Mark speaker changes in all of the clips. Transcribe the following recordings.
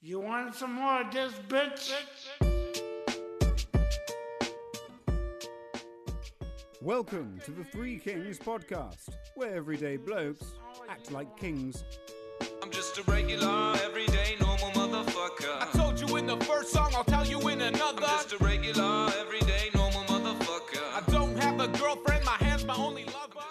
Speaker 1: You want some more of this bitch?
Speaker 2: Welcome to the Three Kings podcast, where everyday blokes act like kings.
Speaker 3: I'm just a regular, everyday, normal motherfucker.
Speaker 4: I told you in the first song, I'll tell you in
Speaker 3: I'm
Speaker 4: another.
Speaker 3: just a regular, everyday, normal
Speaker 4: I
Speaker 3: motherfucker.
Speaker 4: don't have a girlfriend, my hand's my only lover.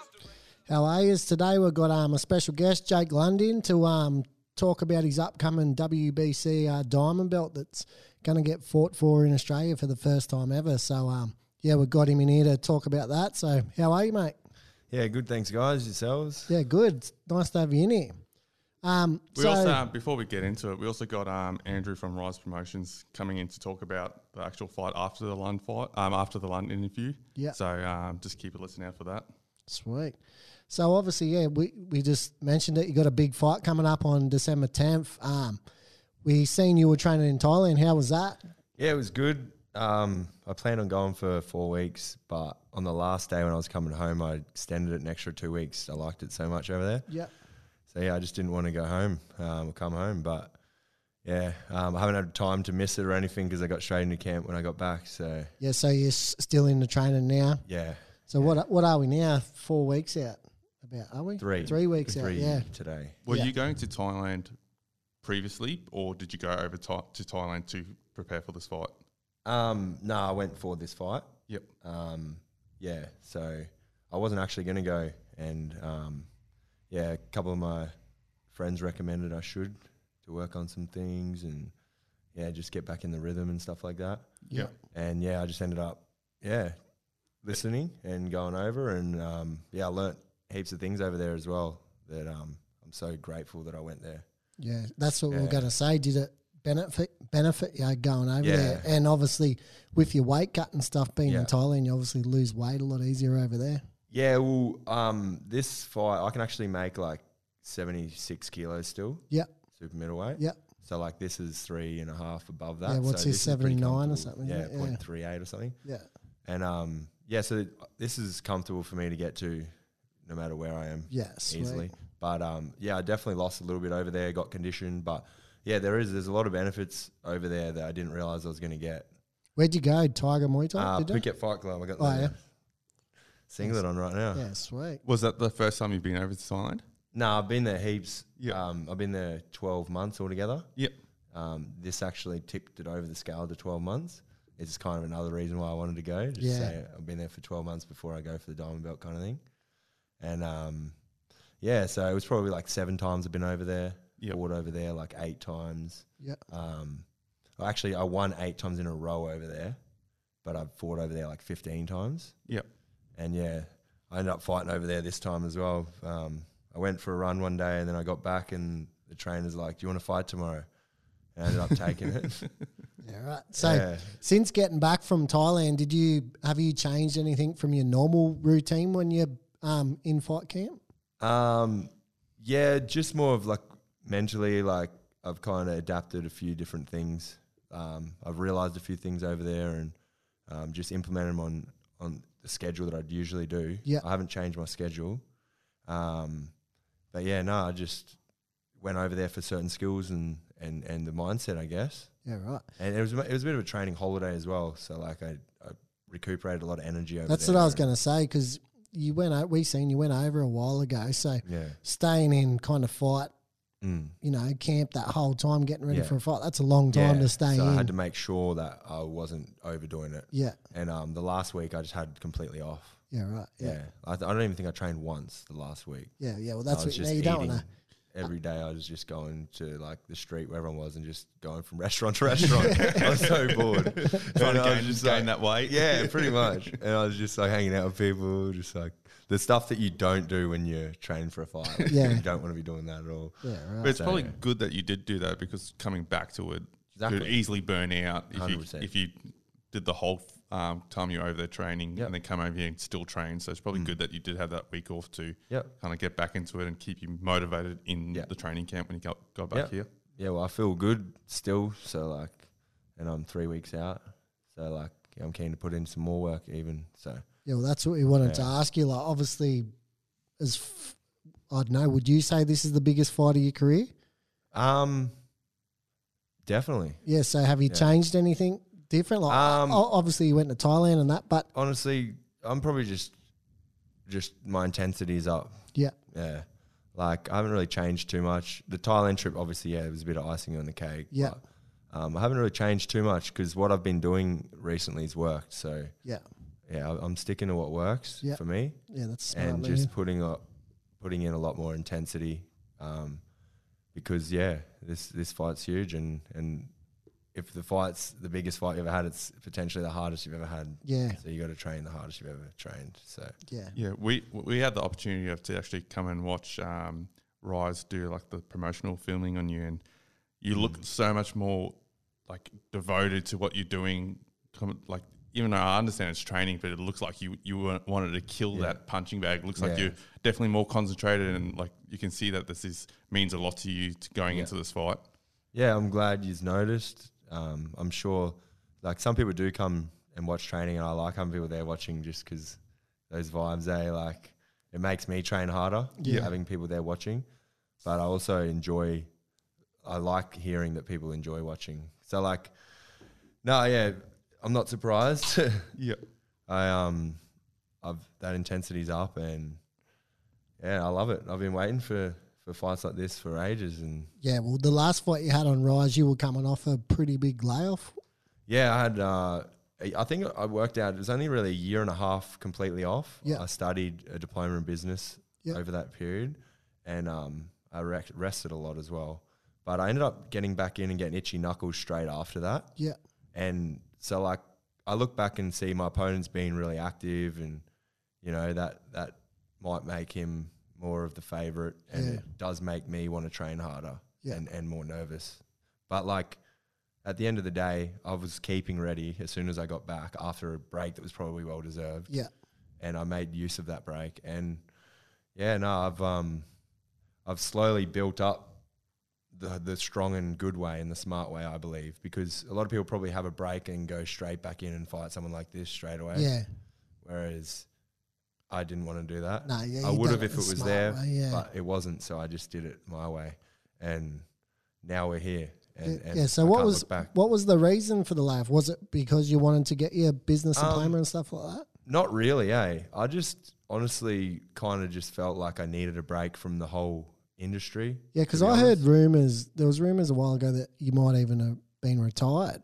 Speaker 5: How are yous? Today we've got um, a special guest, Jake Lundin, to um, talk about his upcoming WBC uh, diamond belt that's going to get fought for in Australia for the first time ever. So, um, yeah, we've got him in here to talk about that. So, how are you, mate?
Speaker 6: Yeah, good. Thanks, guys. Yourselves.
Speaker 5: Yeah, good. It's nice to have you in here. Um,
Speaker 7: We
Speaker 5: so,
Speaker 7: also, um, before we get into it, we also got um, Andrew from Rise Promotions coming in to talk about the actual fight after the Lund fight, um, after the Lund interview.
Speaker 5: Yeah.
Speaker 7: So um, just keep a listen out for that.
Speaker 5: Sweet. So obviously, yeah, we, we just mentioned it. You got a big fight coming up on December tenth. Um, we seen you were training in Thailand. How was that?
Speaker 6: Yeah, it was good. Um, I planned on going for four weeks, but on the last day when I was coming home, I extended it an extra two weeks. I liked it so much over there.
Speaker 5: Yeah.
Speaker 6: So yeah, I just didn't want to go home um, or come home. But yeah, um, I haven't had time to miss it or anything because I got straight into camp when I got back. So
Speaker 5: Yeah. So you're s- still in the training now.
Speaker 6: yeah,
Speaker 5: So what what are we now? Four weeks out. About are we
Speaker 6: three,
Speaker 5: Three weeks
Speaker 6: Three
Speaker 5: out? Yeah.
Speaker 6: today.
Speaker 7: Were
Speaker 5: Yeah.
Speaker 7: you going to Thailand previously, or did you go over Tha to Thailand to prepare for this fight?
Speaker 6: Um, no, I went for this fight.
Speaker 7: Yep.
Speaker 6: um, yeah, so I wasn't actually going to go, and um, yeah, a couple of my friends recommended I should to work on some things and yeah, just get back in the rhythm and stuff like that.
Speaker 7: Yeah.
Speaker 6: And yeah, I just ended up yeah listening and going over, and um, yeah, I learnt heaps of things over there as well. That um, I'm so grateful that I went there.
Speaker 5: Yeah. That's what we
Speaker 6: Yeah.
Speaker 5: we're going to say. Did it benefit benefit you going over
Speaker 6: Yeah.
Speaker 5: there? And obviously, with your weight cut and stuff being
Speaker 6: Yeah.
Speaker 5: in Thailand, you obviously lose weight a lot easier over there.
Speaker 6: Yeah, well, um, this fight I can actually make like 76 kilos still,
Speaker 5: Yep.
Speaker 6: super middleweight.
Speaker 5: Yep.
Speaker 6: So like this is three and a half above that.
Speaker 5: Yeah, what's
Speaker 6: so
Speaker 5: his,
Speaker 6: this is pretty
Speaker 5: 79 or
Speaker 6: comfortable.
Speaker 5: something,
Speaker 6: Yeah,
Speaker 5: isn't it? Yeah.
Speaker 6: 0.38 or something.
Speaker 5: Yeah.
Speaker 6: And um, yeah, so this is comfortable for me to get to, no matter where I am,
Speaker 5: Yeah. Sweet.
Speaker 6: easily. But um, yeah, I definitely lost a little bit over there, got conditioned, but yeah, there is there's a lot of benefits over there that I didn't realize I was going to get.
Speaker 5: Where'd you go? Tiger Muay Thai?
Speaker 6: Uh,
Speaker 5: Oh, did you?
Speaker 6: Phuket Fight Club, I got
Speaker 5: Oh,
Speaker 6: the
Speaker 5: yeah.
Speaker 6: singlet on right now.
Speaker 5: Yeah. Sweet.
Speaker 7: Was that the first time you've been over to Thailand?
Speaker 6: No, I've been there heaps.
Speaker 7: Yeah.
Speaker 6: Um, I've been there 12 months altogether.
Speaker 7: Yep.
Speaker 6: Um, this actually tipped it over the scale to 12 months. It's kind of another reason why I wanted to go. Just
Speaker 5: Yeah.
Speaker 6: say I've been there for 12 months before I go for the diamond belt kind of thing. And um, yeah, so it was probably like seven times I've been over there,
Speaker 7: Yep.
Speaker 6: fought over there like eight times.
Speaker 5: Yeah.
Speaker 6: Um, well, actually, I won eight times in a row over there, but I've fought over there like 15 times.
Speaker 7: Yep.
Speaker 6: And yeah, I ended up fighting over there this time as well. Um, I went for a run one day and then I got back and the trainer's like, "Do you want to fight tomorrow?" And I ended up taking it.
Speaker 5: Yeah. Right. So.
Speaker 6: Yeah.
Speaker 5: Since getting back from Thailand, did you have you changed anything from your normal routine when you're um, in fight camp?
Speaker 6: Um, yeah, just more of like mentally, like I've kind of adapted a few different things. Um, I've realized a few things over there and um, just implemented them on on the schedule that I'd usually do.
Speaker 5: Yeah.
Speaker 6: I haven't changed my schedule. Um, but yeah, no, I just went over there for certain skills and and and the mindset, I guess.
Speaker 5: Yeah, right.
Speaker 6: And it was it was a bit of a training holiday as well. So like I, I recuperated a lot of energy over
Speaker 5: That's
Speaker 6: there.
Speaker 5: what I was going to say because you went. o- We seen you went over a while ago. So
Speaker 6: Yeah.
Speaker 5: staying in kind of fight,
Speaker 6: Mm.
Speaker 5: you know, camp that whole time, getting ready
Speaker 6: Yeah.
Speaker 5: for a fight. That's a long time to stay
Speaker 6: so
Speaker 5: in.
Speaker 6: I had to make sure that I wasn't overdoing it.
Speaker 5: yeah,
Speaker 6: And um, the last week I just had completely off.
Speaker 5: yeah, right.
Speaker 6: Yeah,
Speaker 5: Yeah,
Speaker 6: I, th- I don't even think I trained once the last week.
Speaker 5: yeah, yeah. well, that's
Speaker 6: I was
Speaker 5: what you, know, you don't want to.
Speaker 6: Every day I was just going to like the street where everyone was and just going from restaurant to restaurant. I was so bored. And
Speaker 7: Trying to
Speaker 6: I was
Speaker 7: gain,
Speaker 6: just
Speaker 7: gain
Speaker 6: like-
Speaker 7: that weight.
Speaker 6: Yeah, pretty much. And I was just like hanging out with people, just like the stuff that you don't do when you're training for a fight. Like,
Speaker 5: Yeah.
Speaker 6: you don't want to be doing that at all.
Speaker 5: Yeah,
Speaker 7: But
Speaker 5: right.
Speaker 7: it's probably good that you did do that because coming back to it, you could
Speaker 6: Exactly.
Speaker 7: easily burn out if you,
Speaker 6: 100%.
Speaker 7: if you did the whole um, time you were over there training
Speaker 6: Yep. Mm.
Speaker 7: and then come over here and still train. So it's probably good that you did have that week off to
Speaker 6: Yep.
Speaker 7: kind of get back into it and keep you motivated in
Speaker 6: Yep.
Speaker 7: the training camp when you got, got back
Speaker 6: Yep.
Speaker 7: here.
Speaker 6: yeah, well, I feel good still. So like, and I'm three weeks out. So like, yeah, I'm keen to put in some more work even. So
Speaker 5: Yeah, well, that's what we wanted to ask you. Like, obviously, as f- I don't know, would you say this is the biggest fight of your career?
Speaker 6: um, Definitely.
Speaker 5: Yeah. So have you changed anything different? Like,
Speaker 6: Um,
Speaker 5: o- obviously, you went to Thailand and that, but
Speaker 6: Honestly, I'm probably just just my intensity is up.
Speaker 5: yeah,
Speaker 6: Yeah. Like I haven't really changed too much. The Thailand trip, obviously, yeah, it was a bit of icing on the cake.
Speaker 5: Yeah.
Speaker 6: but, um, I haven't really changed too much because what I've been doing recently has worked. So
Speaker 5: yeah,
Speaker 6: yeah, I- I'm sticking to what works
Speaker 5: Yeah.
Speaker 6: for me
Speaker 5: yeah. That's a smart.
Speaker 6: and
Speaker 5: move.
Speaker 6: just putting up, putting in a lot more intensity, um, because yeah, this this fight's huge and and if the fight's the biggest fight you ever had, it's potentially the hardest you've ever had.
Speaker 5: Yeah.
Speaker 6: So you got to train the hardest you've ever trained. So
Speaker 5: yeah,
Speaker 7: Yeah, we we had the opportunity of to actually come and watch um, Rise do like the promotional filming on you, and you look
Speaker 6: Mm.
Speaker 7: so much more like devoted to what you're doing. com- Like even though I understand it's training, but it looks like you you wa- wanted to kill that punching bag. It looks like
Speaker 6: Yeah.
Speaker 7: you're definitely more concentrated, and like you can see that this is means a lot to you to going into this fight.
Speaker 6: yeah, I'm glad you've noticed. Um, I'm sure, like some people do come and watch training, and I like having people there watching just because those vibes. They like it makes me train harder.
Speaker 5: Yeah.
Speaker 6: having people there watching, but I also enjoy. I like hearing that people enjoy watching. So like, no, yeah, I'm not surprised.
Speaker 7: Yeah,
Speaker 6: I um, I've that intensity's up, and yeah, I love it. I've been waiting for for fights like this for ages, and
Speaker 5: yeah. Well, the last fight you had on Rise, you were coming off a pretty big layoff.
Speaker 6: Yeah, I had. Uh, I think I worked out. It was only really a year and a half completely off.
Speaker 5: Yeah.
Speaker 6: I studied a diploma in business
Speaker 5: Yeah.
Speaker 6: over that period, and um, I rec- rested a lot as well. But I ended up getting back in and getting itchy knuckles straight after that.
Speaker 5: Yeah,
Speaker 6: And so like I look back and see my opponent's being really active and you know that that might make him more of the favorite and
Speaker 5: Yeah.
Speaker 6: it does make me want to train harder
Speaker 5: Yeah.
Speaker 6: and, and more nervous. But like at the end of the day, I was keeping ready as soon as I got back after a break that was probably well deserved
Speaker 5: yeah,
Speaker 6: and I made use of that break. And yeah, no, I've um, I've slowly built up the the strong and good way and the smart way, I believe, because a lot of people probably have a break and go straight back in and fight someone like this straight away.
Speaker 5: yeah.
Speaker 6: Whereas I didn't want to do that.
Speaker 5: No, yeah,
Speaker 6: I
Speaker 5: you
Speaker 6: would
Speaker 5: done
Speaker 6: have
Speaker 5: it
Speaker 6: if it
Speaker 5: the
Speaker 6: was
Speaker 5: smart
Speaker 6: there,
Speaker 5: way, yeah.
Speaker 6: but it wasn't. So I just did it my way, and now we're here. And, and
Speaker 5: yeah. So
Speaker 6: I
Speaker 5: what
Speaker 6: can't
Speaker 5: was
Speaker 6: look back.
Speaker 5: what was the reason for the laugh? Was it because you wanted to get your business
Speaker 6: Um,
Speaker 5: diploma and stuff like that?
Speaker 6: Not really, eh? I just honestly kind of just felt like I needed a break from the whole industry.
Speaker 5: Yeah, because I heard rumors. There was rumors a while ago that you might even have been retired.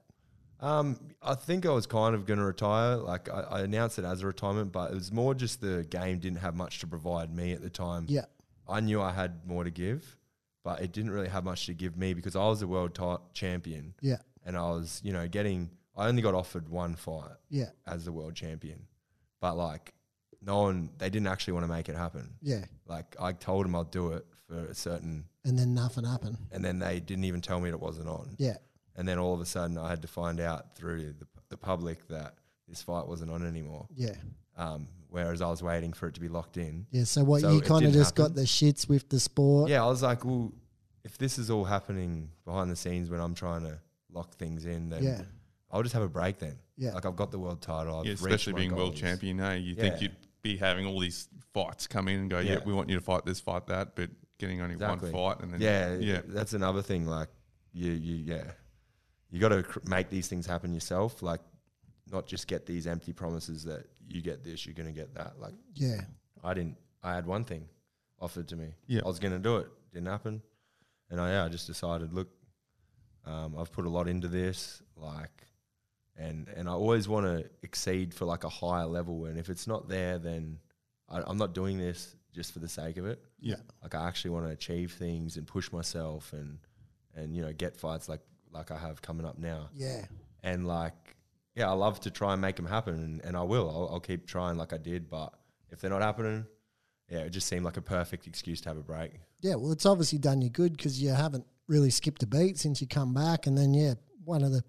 Speaker 6: Um, I think I was kind of going to retire. Like I, I announced it as a retirement, but it was more just the game didn't have much to provide me at the time.
Speaker 5: Yeah,
Speaker 6: I knew I had more to give, but it didn't really have much to give me because I was a world ti- champion,
Speaker 5: yeah,
Speaker 6: and I was, you know, getting. I only got offered one fight
Speaker 5: yeah,
Speaker 6: as the world champion, but like, no one. They didn't actually want to make it happen.
Speaker 5: yeah.
Speaker 6: Like I told them I'll do it for a certain,
Speaker 5: And then nothing happened.
Speaker 6: and then they didn't even tell me it wasn't on.
Speaker 5: Yeah,
Speaker 6: And then all of a sudden, I had to find out through the, the public that this fight wasn't on anymore.
Speaker 5: yeah,
Speaker 6: Um, whereas I was waiting for it to be locked in.
Speaker 5: yeah. So what
Speaker 6: So
Speaker 5: you
Speaker 6: it
Speaker 5: kind of
Speaker 6: didn't
Speaker 5: just got
Speaker 6: happen.
Speaker 5: the shits with the sport.
Speaker 6: Yeah, I was like, well, if this is all happening behind the scenes when I'm trying to lock things in, then
Speaker 5: Yeah.
Speaker 6: I'll just have a break then.
Speaker 5: Yeah.
Speaker 6: Like I've got the world title. I've
Speaker 7: yeah
Speaker 6: reached
Speaker 7: especially
Speaker 6: my
Speaker 7: being world
Speaker 6: goals.
Speaker 7: champion. eh? you
Speaker 6: Yeah.
Speaker 7: think you'd be having all these fights come in and go, yeah,
Speaker 6: Yeah.
Speaker 7: we want you to fight this, fight that, but getting only
Speaker 6: Exactly.
Speaker 7: one fight and then
Speaker 6: yeah,
Speaker 7: yeah.
Speaker 6: That's another thing. Like you, you, yeah, you got to cr- make these things happen yourself. Like not just get these empty promises that you get this, you're gonna get that. Like
Speaker 5: yeah,
Speaker 6: I didn't. I had one thing offered to me.
Speaker 7: Yeah.
Speaker 6: I was going to do it. Didn't happen. And I, yeah, I just decided, look, um, I've put a lot into this, like, and and I always want to exceed for like a higher level. And if it's not there, then I, I'm not doing this just for the sake of it.
Speaker 7: Yeah.
Speaker 6: Like I actually want to achieve things and push myself and and you know get fights like like I have coming up now
Speaker 5: yeah,
Speaker 6: and like yeah i love to try and make them happen and, and i will I'll, I'll keep trying like i did but if they're not happening yeah it just seemed like a perfect excuse to have a break
Speaker 5: yeah. Well, it's obviously done you good because you haven't really skipped a beat since you come back. And then yeah, one of the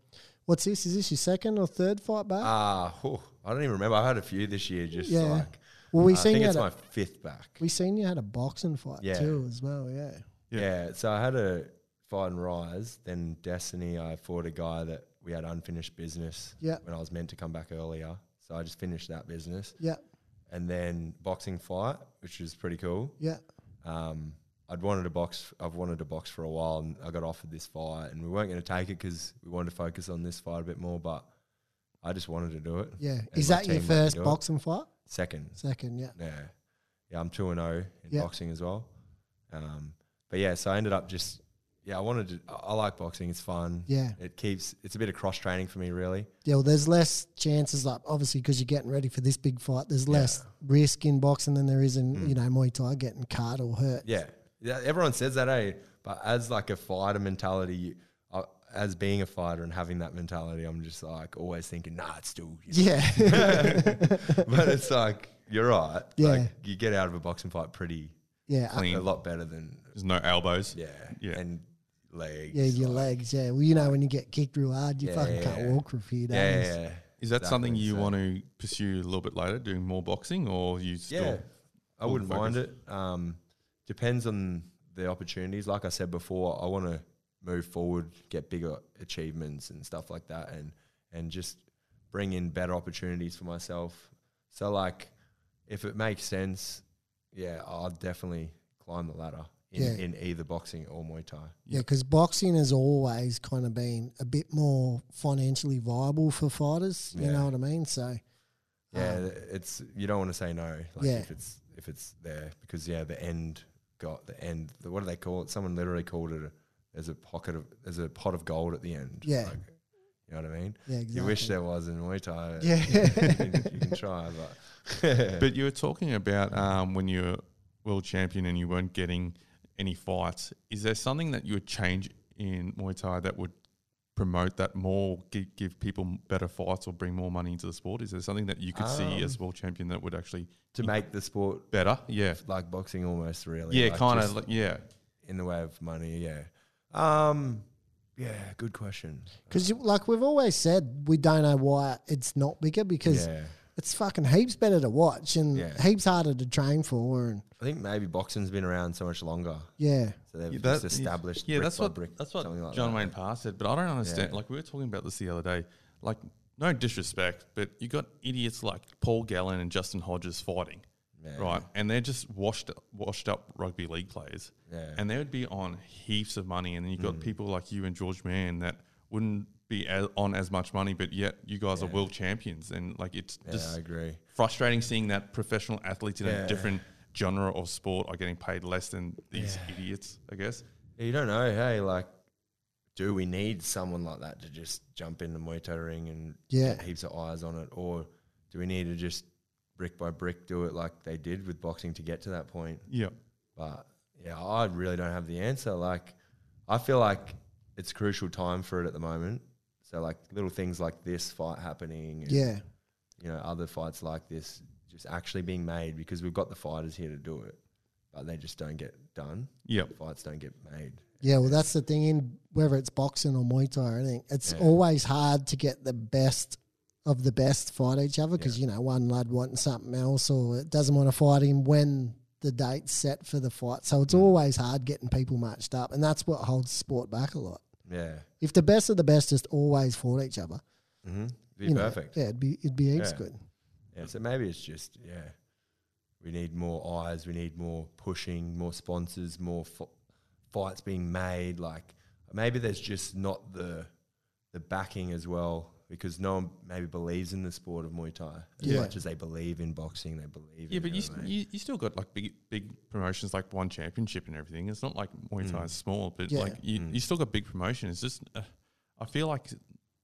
Speaker 5: what's this? Is this your second or third fight back?
Speaker 6: ah whew, i don't even remember i had a few this year just
Speaker 5: Yeah.
Speaker 6: like
Speaker 5: well, we
Speaker 6: i
Speaker 5: seen uh,
Speaker 6: think
Speaker 5: you
Speaker 6: it's
Speaker 5: had
Speaker 6: my
Speaker 5: a,
Speaker 6: fifth back
Speaker 5: we seen you had a boxing fight
Speaker 6: Yeah.
Speaker 5: too as well. Yeah,
Speaker 6: yeah.
Speaker 7: Yeah.
Speaker 6: so i had a fight in rise then destiny i fought a guy that we had unfinished business
Speaker 5: Yeah.
Speaker 6: when i was meant to come back earlier so i just finished that business
Speaker 5: yeah,
Speaker 6: and then boxing fight which was pretty cool
Speaker 5: yeah,
Speaker 6: um, I'd wanted a box. I've wanted a box for a while, and I got offered this fight, and we weren't going to take it because we wanted to focus on this fight a bit more. But I just wanted to do it.
Speaker 5: Yeah.
Speaker 6: and
Speaker 5: Is
Speaker 6: my
Speaker 5: that your
Speaker 6: team let me
Speaker 5: first
Speaker 6: do it.
Speaker 5: boxing fight?
Speaker 6: Second.
Speaker 5: Second, yeah.
Speaker 6: Yeah, yeah. I'm two and zero in
Speaker 5: Yeah.
Speaker 6: boxing as well. Um, but yeah, so I ended up just yeah. I wanted to. I I like boxing. It's fun.
Speaker 5: Yeah.
Speaker 6: It keeps. It's a bit of cross training for me, really.
Speaker 5: Yeah, well, there's less chances, like obviously, because you're getting ready for this big fight. There's less risk in boxing than there is in
Speaker 6: Mm.
Speaker 5: you know Muay Thai getting cut or hurt.
Speaker 6: Yeah. yeah. Everyone says that, eh? But as like a fighter mentality, you, uh, as being a fighter and having that mentality, I'm just like always thinking, nah, it's still. You know,
Speaker 5: Yeah,
Speaker 6: but it's like you're right.
Speaker 5: Yeah.
Speaker 6: Like you get out of a boxing fight pretty
Speaker 5: yeah, uh,
Speaker 6: a
Speaker 7: Clean.
Speaker 6: lot better than
Speaker 7: There's no elbows.
Speaker 6: yeah.
Speaker 7: Yeah.
Speaker 6: And legs.
Speaker 5: yeah. Your
Speaker 6: like-
Speaker 5: legs, yeah. Well, you know when you get kicked real hard, you
Speaker 6: Yeah,
Speaker 5: fucking
Speaker 6: yeah,
Speaker 5: can't
Speaker 6: yeah.
Speaker 5: walk for a few
Speaker 6: Yeah.
Speaker 5: days.
Speaker 6: yeah.
Speaker 7: Is that something
Speaker 6: Exactly,
Speaker 7: you
Speaker 6: so-
Speaker 7: want to pursue a little bit later, doing more boxing, or you still?
Speaker 6: Yeah, I
Speaker 7: full
Speaker 6: wouldn't mind
Speaker 7: focus.
Speaker 6: it. Um, depends on the opportunities. Like I said before, I want to move forward, get bigger achievements and stuff like that, and and just bring in better opportunities for myself. So like, if it makes sense, yeah, I'll definitely climb the ladder in,
Speaker 5: Yeah.
Speaker 6: in either boxing or Muay Thai.
Speaker 5: Yeah, because boxing has always kind of been a bit more financially viable for fighters. You
Speaker 6: Yeah.
Speaker 5: know what I mean? So
Speaker 6: Yeah, it's you don't want to say no. Like
Speaker 5: Um, Yeah.
Speaker 6: if it's if it's there because yeah, the end got the end. The, what do they call it? Someone literally called it. A, there's a pocket of there's a pot of gold at the end.
Speaker 5: Yeah.
Speaker 6: Like, you know what I mean.
Speaker 5: yeah, exactly.
Speaker 6: You wish there was in Muay Thai. you,
Speaker 5: Yeah,
Speaker 6: can, you can try, but
Speaker 7: But you were talking about um, when you were world champion and you weren't getting any fights. Is there something that you would change in Muay Thai that would promote that more, give, give people better fights, or bring more money into the sport? Is there something that you could see as world champion that would actually
Speaker 6: Um.
Speaker 5: Mm.
Speaker 6: to make the sport
Speaker 7: better? Yeah,
Speaker 6: like boxing almost really.
Speaker 7: yeah,
Speaker 6: like
Speaker 7: kind
Speaker 6: just
Speaker 7: of, like, yeah.
Speaker 6: in the way of money. Yeah. Um. Yeah. Good question.
Speaker 5: because like we've always said, we don't know why it's not bigger because
Speaker 6: Yeah.
Speaker 5: it's fucking heaps better to watch and
Speaker 6: Yeah.
Speaker 5: heaps harder to train for. And
Speaker 6: I think maybe boxing's been around so much longer.
Speaker 5: yeah,
Speaker 6: So they've
Speaker 7: Yeah,
Speaker 6: just
Speaker 7: that-
Speaker 6: established.
Speaker 7: Yeah,
Speaker 6: brick
Speaker 7: that's
Speaker 6: by
Speaker 7: what
Speaker 6: brick,
Speaker 7: that's what
Speaker 6: something like
Speaker 7: John
Speaker 6: that.
Speaker 7: Wayne Parr said. But I don't understand.
Speaker 6: Yeah.
Speaker 7: Like we were talking about this the other day. Like no disrespect, but you got idiots like Paul Gallen and Justin Hodges fighting,
Speaker 6: Yeah.
Speaker 7: right? And they're just washed washed up rugby league players,
Speaker 6: Yeah. Mm.
Speaker 7: and they would be on heaps of money. And then you got people like you and George Mann that wouldn't be as, on as much money, but yet you guys are world champions. And like it's
Speaker 6: Yeah,
Speaker 7: just
Speaker 6: I agree.
Speaker 7: frustrating seeing that professional athletes in
Speaker 6: Yeah.
Speaker 7: a different genre of sport are getting paid less than these idiots, I guess.
Speaker 6: You don't know, hey, like, do we need someone like that to just jump in the Muay Thai ring and
Speaker 5: Yeah.
Speaker 6: get heaps of eyes on it? Or do we need to just brick by brick do it like they did with boxing to get to that point?
Speaker 7: Yeah.
Speaker 6: But yeah, I really don't have the answer. Like, I feel like it's crucial time for it at the moment. So, like, little things like this fight happening and,
Speaker 5: yeah,
Speaker 6: you know, other fights like this just actually being made because we've got the fighters here to do it, but they just don't get done.
Speaker 7: Yeah.
Speaker 6: Fights don't get made.
Speaker 5: yeah. Well, that's the thing in whether it's boxing or Muay Thai. I think it's always hard to get the best of the best fight each other because you know one lad wanting something else or it doesn't want to fight him when the date's set for the fight. So
Speaker 6: Mm.
Speaker 5: it's always hard getting people matched up, and that's what holds sport back a lot.
Speaker 6: Yeah.
Speaker 5: If the best of the best just always fought each other,
Speaker 6: Mm-hmm. Be
Speaker 5: you know,
Speaker 6: perfect.
Speaker 5: yeah, it'd be it'd be heaps
Speaker 6: Yeah.
Speaker 5: good.
Speaker 6: Yeah, so maybe it's just yeah, we need more eyes, we need more pushing, more sponsors, more f- fights being made. Like maybe there's just not the the backing as well because no one maybe believes in the sport of Muay Thai as
Speaker 5: Yeah.
Speaker 6: much as they believe in boxing. They believe
Speaker 7: Yeah,
Speaker 6: in
Speaker 7: but you,
Speaker 6: MMA.
Speaker 7: you you still got like big big promotions like one championship and everything. It's not like Muay Thai is small, but
Speaker 5: Yeah.
Speaker 7: like you,
Speaker 6: Mm.
Speaker 7: you still got big promotions. It's just uh, I feel like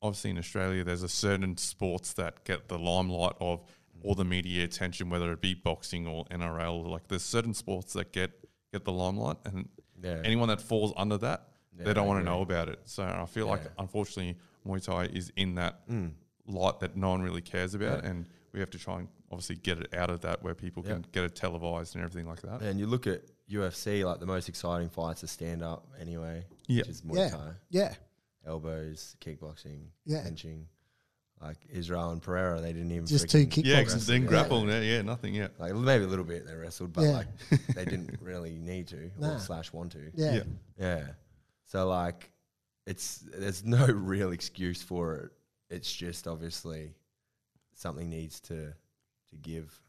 Speaker 7: obviously in Australia there's a certain sports that get the limelight of all the media attention, whether it be boxing or NRL. Like there's certain sports that get get the limelight, and
Speaker 6: Yeah.
Speaker 7: anyone that falls under that,
Speaker 6: Yeah,
Speaker 7: they don't
Speaker 6: I
Speaker 7: want to
Speaker 6: agree.
Speaker 7: know about it. So I feel like
Speaker 6: Yeah.
Speaker 7: unfortunately Muay Thai is in that light that no one really cares about, and we have to try and obviously get it out of that where people can
Speaker 6: Yeah.
Speaker 7: get it televised and everything like that.
Speaker 6: and you look at UFC, like the most exciting fights are stand up anyway,
Speaker 7: Yeah.
Speaker 6: which is Muay
Speaker 5: yeah,
Speaker 6: Thai.
Speaker 5: yeah,
Speaker 6: elbows, kickboxing,
Speaker 5: Yeah.
Speaker 6: punching. Like Israel and Pereira, they didn't even
Speaker 5: Just two
Speaker 6: freaking-
Speaker 5: kickboxers.
Speaker 7: Yeah,
Speaker 5: Boxing.
Speaker 7: because then grapple, yeah, yeah, nothing, yeah.
Speaker 6: Like maybe a little bit they wrestled, but
Speaker 5: Yeah.
Speaker 6: like they didn't really need to
Speaker 5: Nah.
Speaker 6: or slash want to.
Speaker 5: yeah,
Speaker 7: Yeah.
Speaker 6: Yeah. So like, it's there's no real excuse for it. It's just obviously something needs to to give.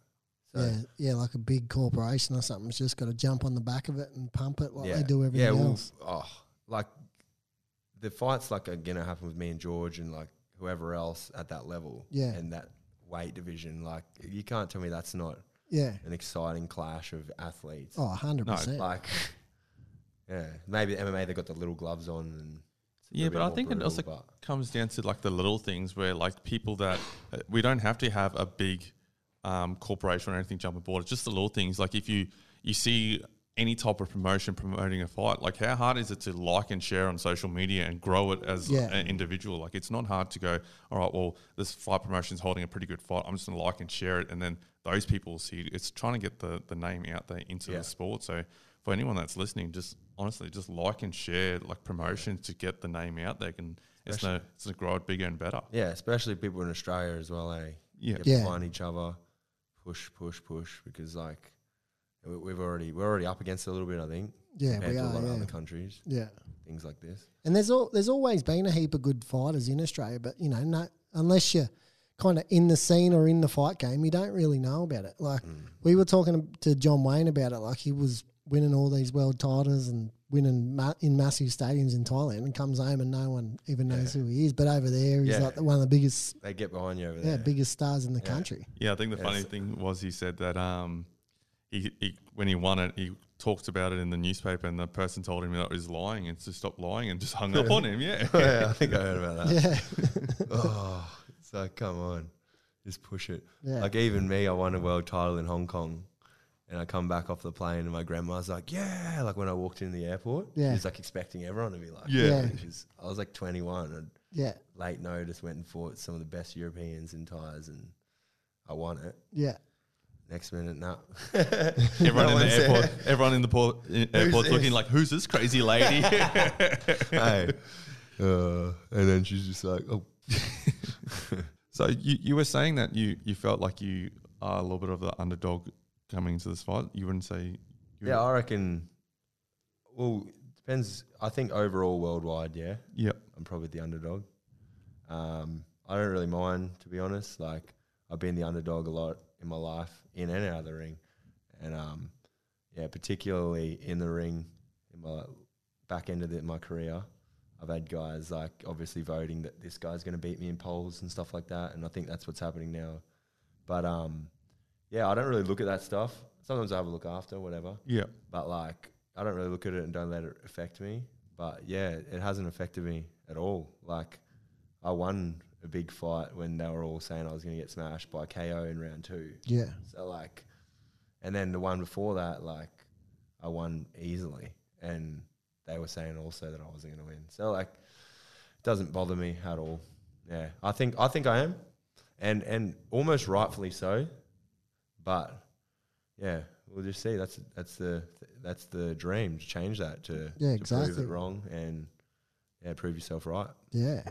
Speaker 6: So
Speaker 5: yeah, yeah, like a big corporation or something's just got to jump on the back of it and pump it like
Speaker 6: yeah,
Speaker 5: they do everything
Speaker 6: yeah, well,
Speaker 5: else.
Speaker 6: oh, like the fights like are gonna happen with me and George and like whoever else at that level.
Speaker 5: Yeah.
Speaker 6: and that weight division, like you can't tell me that's not
Speaker 5: Yeah.
Speaker 6: an exciting clash of athletes.
Speaker 5: Oh, 100%.
Speaker 6: Like, yeah, maybe MMA they got the little gloves on. And it's a
Speaker 7: Yeah,
Speaker 6: little
Speaker 7: but I
Speaker 6: bit
Speaker 7: think
Speaker 6: more
Speaker 7: it also
Speaker 6: brutal, but-
Speaker 7: comes down to like the little things where like people that uh, we don't have to have a big um, corporation or anything jump aboard. It's just the little things. Like if you you see any type of promotion promoting a fight, like how hard is it to like and share on social media and grow it as
Speaker 5: Yeah.
Speaker 7: an individual? Like it's not hard to go, all right, well this fight promotion's holding a pretty good fight. I'm just gonna like and share it, and then those people will see. It's trying to get the the name out there into
Speaker 6: Yeah.
Speaker 7: the sport. So for anyone that's listening, just honestly, just like and share like promotion to get the name out there, and it's no, it's gonna grow it bigger and better.
Speaker 6: Yeah, especially people in Australia as well, eh?
Speaker 7: Yeah.
Speaker 6: Get
Speaker 5: Yeah.
Speaker 6: behind each other, push, push, push, because like we- we've already we're already up against it a little bit, I think.
Speaker 5: Yeah,
Speaker 6: compared
Speaker 5: we
Speaker 6: to a
Speaker 5: are,
Speaker 6: lot
Speaker 5: yeah.
Speaker 6: of other countries,
Speaker 5: yeah.
Speaker 6: things like this.
Speaker 5: And there's all there's always been a heap of good fighters in Australia, but you know, no, unless you're kind of in the scene or in the fight game, you don't really know about it. Like we were talking to John Wayne about it, like he was winning all these world titles and winning ma- in massive stadiums in Thailand, and comes home and no one even knows who he is. But over there, he's
Speaker 6: Yeah.
Speaker 5: like the, one of the biggest,
Speaker 6: They get behind you over
Speaker 5: yeah,
Speaker 6: there.
Speaker 5: biggest stars in the country.
Speaker 7: Yeah, I think the funny
Speaker 6: so-
Speaker 7: thing was he said that um, he, he when he won it, he talked about it in the newspaper, and the person told him that he was lying and to stop lying, and just hung up on him. Yeah,
Speaker 6: yeah, I think I heard about that.
Speaker 5: Yeah,
Speaker 6: Oh, it's like come on, just push it.
Speaker 5: Yeah.
Speaker 6: Like even me, I won a world title in Hong Kong, and I come back off the plane, and my grandma's like, "Yeah!" Like when I walked in the airport,
Speaker 5: Yeah.
Speaker 6: she was like expecting everyone to be like,
Speaker 5: Yeah.
Speaker 6: Because I was like 21 and
Speaker 5: yeah,
Speaker 6: late notice went and fought some of the best Europeans in tires, and I won it.
Speaker 5: yeah.
Speaker 6: Next minute, nah.
Speaker 7: everyone
Speaker 6: No
Speaker 7: in
Speaker 6: one's
Speaker 7: the airport, everyone in the port, in airport's
Speaker 6: this?
Speaker 7: looking like, "Who's this crazy lady?"
Speaker 6: hey. Uh, and then she's just like, "Oh,
Speaker 7: so you, you were saying that you you felt like you are a little bit of the underdog coming into this fight. You wouldn't say, you
Speaker 6: yeah." I reckon. Well, depends. I think overall worldwide, yeah.
Speaker 7: yeah,
Speaker 6: I'm probably the underdog. Um, I don't really mind, to be honest. Like I've been the underdog a lot in my life, in and out of the ring, and um, yeah, particularly in the ring, in my back end of the, my career, I've had guys like obviously voting that this guy's going to beat me in polls and stuff like that, and I think that's what's happening now. But um, yeah, I don't really look at that stuff. Sometimes I have a look after, whatever
Speaker 7: yeah,
Speaker 6: but like I don't really look at it and don't let it affect me. But yeah, it hasn't affected me at all. Like I won a big fight when they were all saying I was going to get smashed by KO in round two.
Speaker 5: Yeah,
Speaker 6: So like, and then the one before that, like I won easily, and they were saying also that I wasn't going to win. So like, it doesn't bother me at all. Yeah, I think I think I am, and and almost rightfully so, but yeah, we'll just see. That's that's the that's the dream to change that to
Speaker 5: Yeah,
Speaker 6: to prove
Speaker 5: exactly.
Speaker 6: it wrong and yeah, prove yourself right.
Speaker 5: yeah,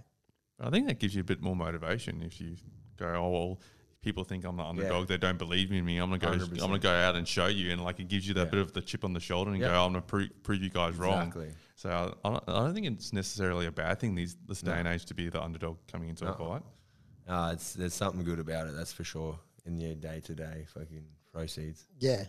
Speaker 7: I think that gives you a bit more motivation if you go, oh well, people think I'm the underdog. They don't believe in me. I'm gonna go. i am
Speaker 6: 100%.
Speaker 7: gonna go out and show you, and like it gives you that bit of the chip on the shoulder and
Speaker 6: Yeah.
Speaker 7: go, I'm gonna pro- prove you guys
Speaker 6: Exactly.
Speaker 7: wrong. So I- I don't, I don't think it's necessarily a bad thing these this day and age to be the underdog coming into a fight.
Speaker 6: Uh, it's there's something good about it, that's for sure. In your day to day fucking proceeds.
Speaker 5: Yeah.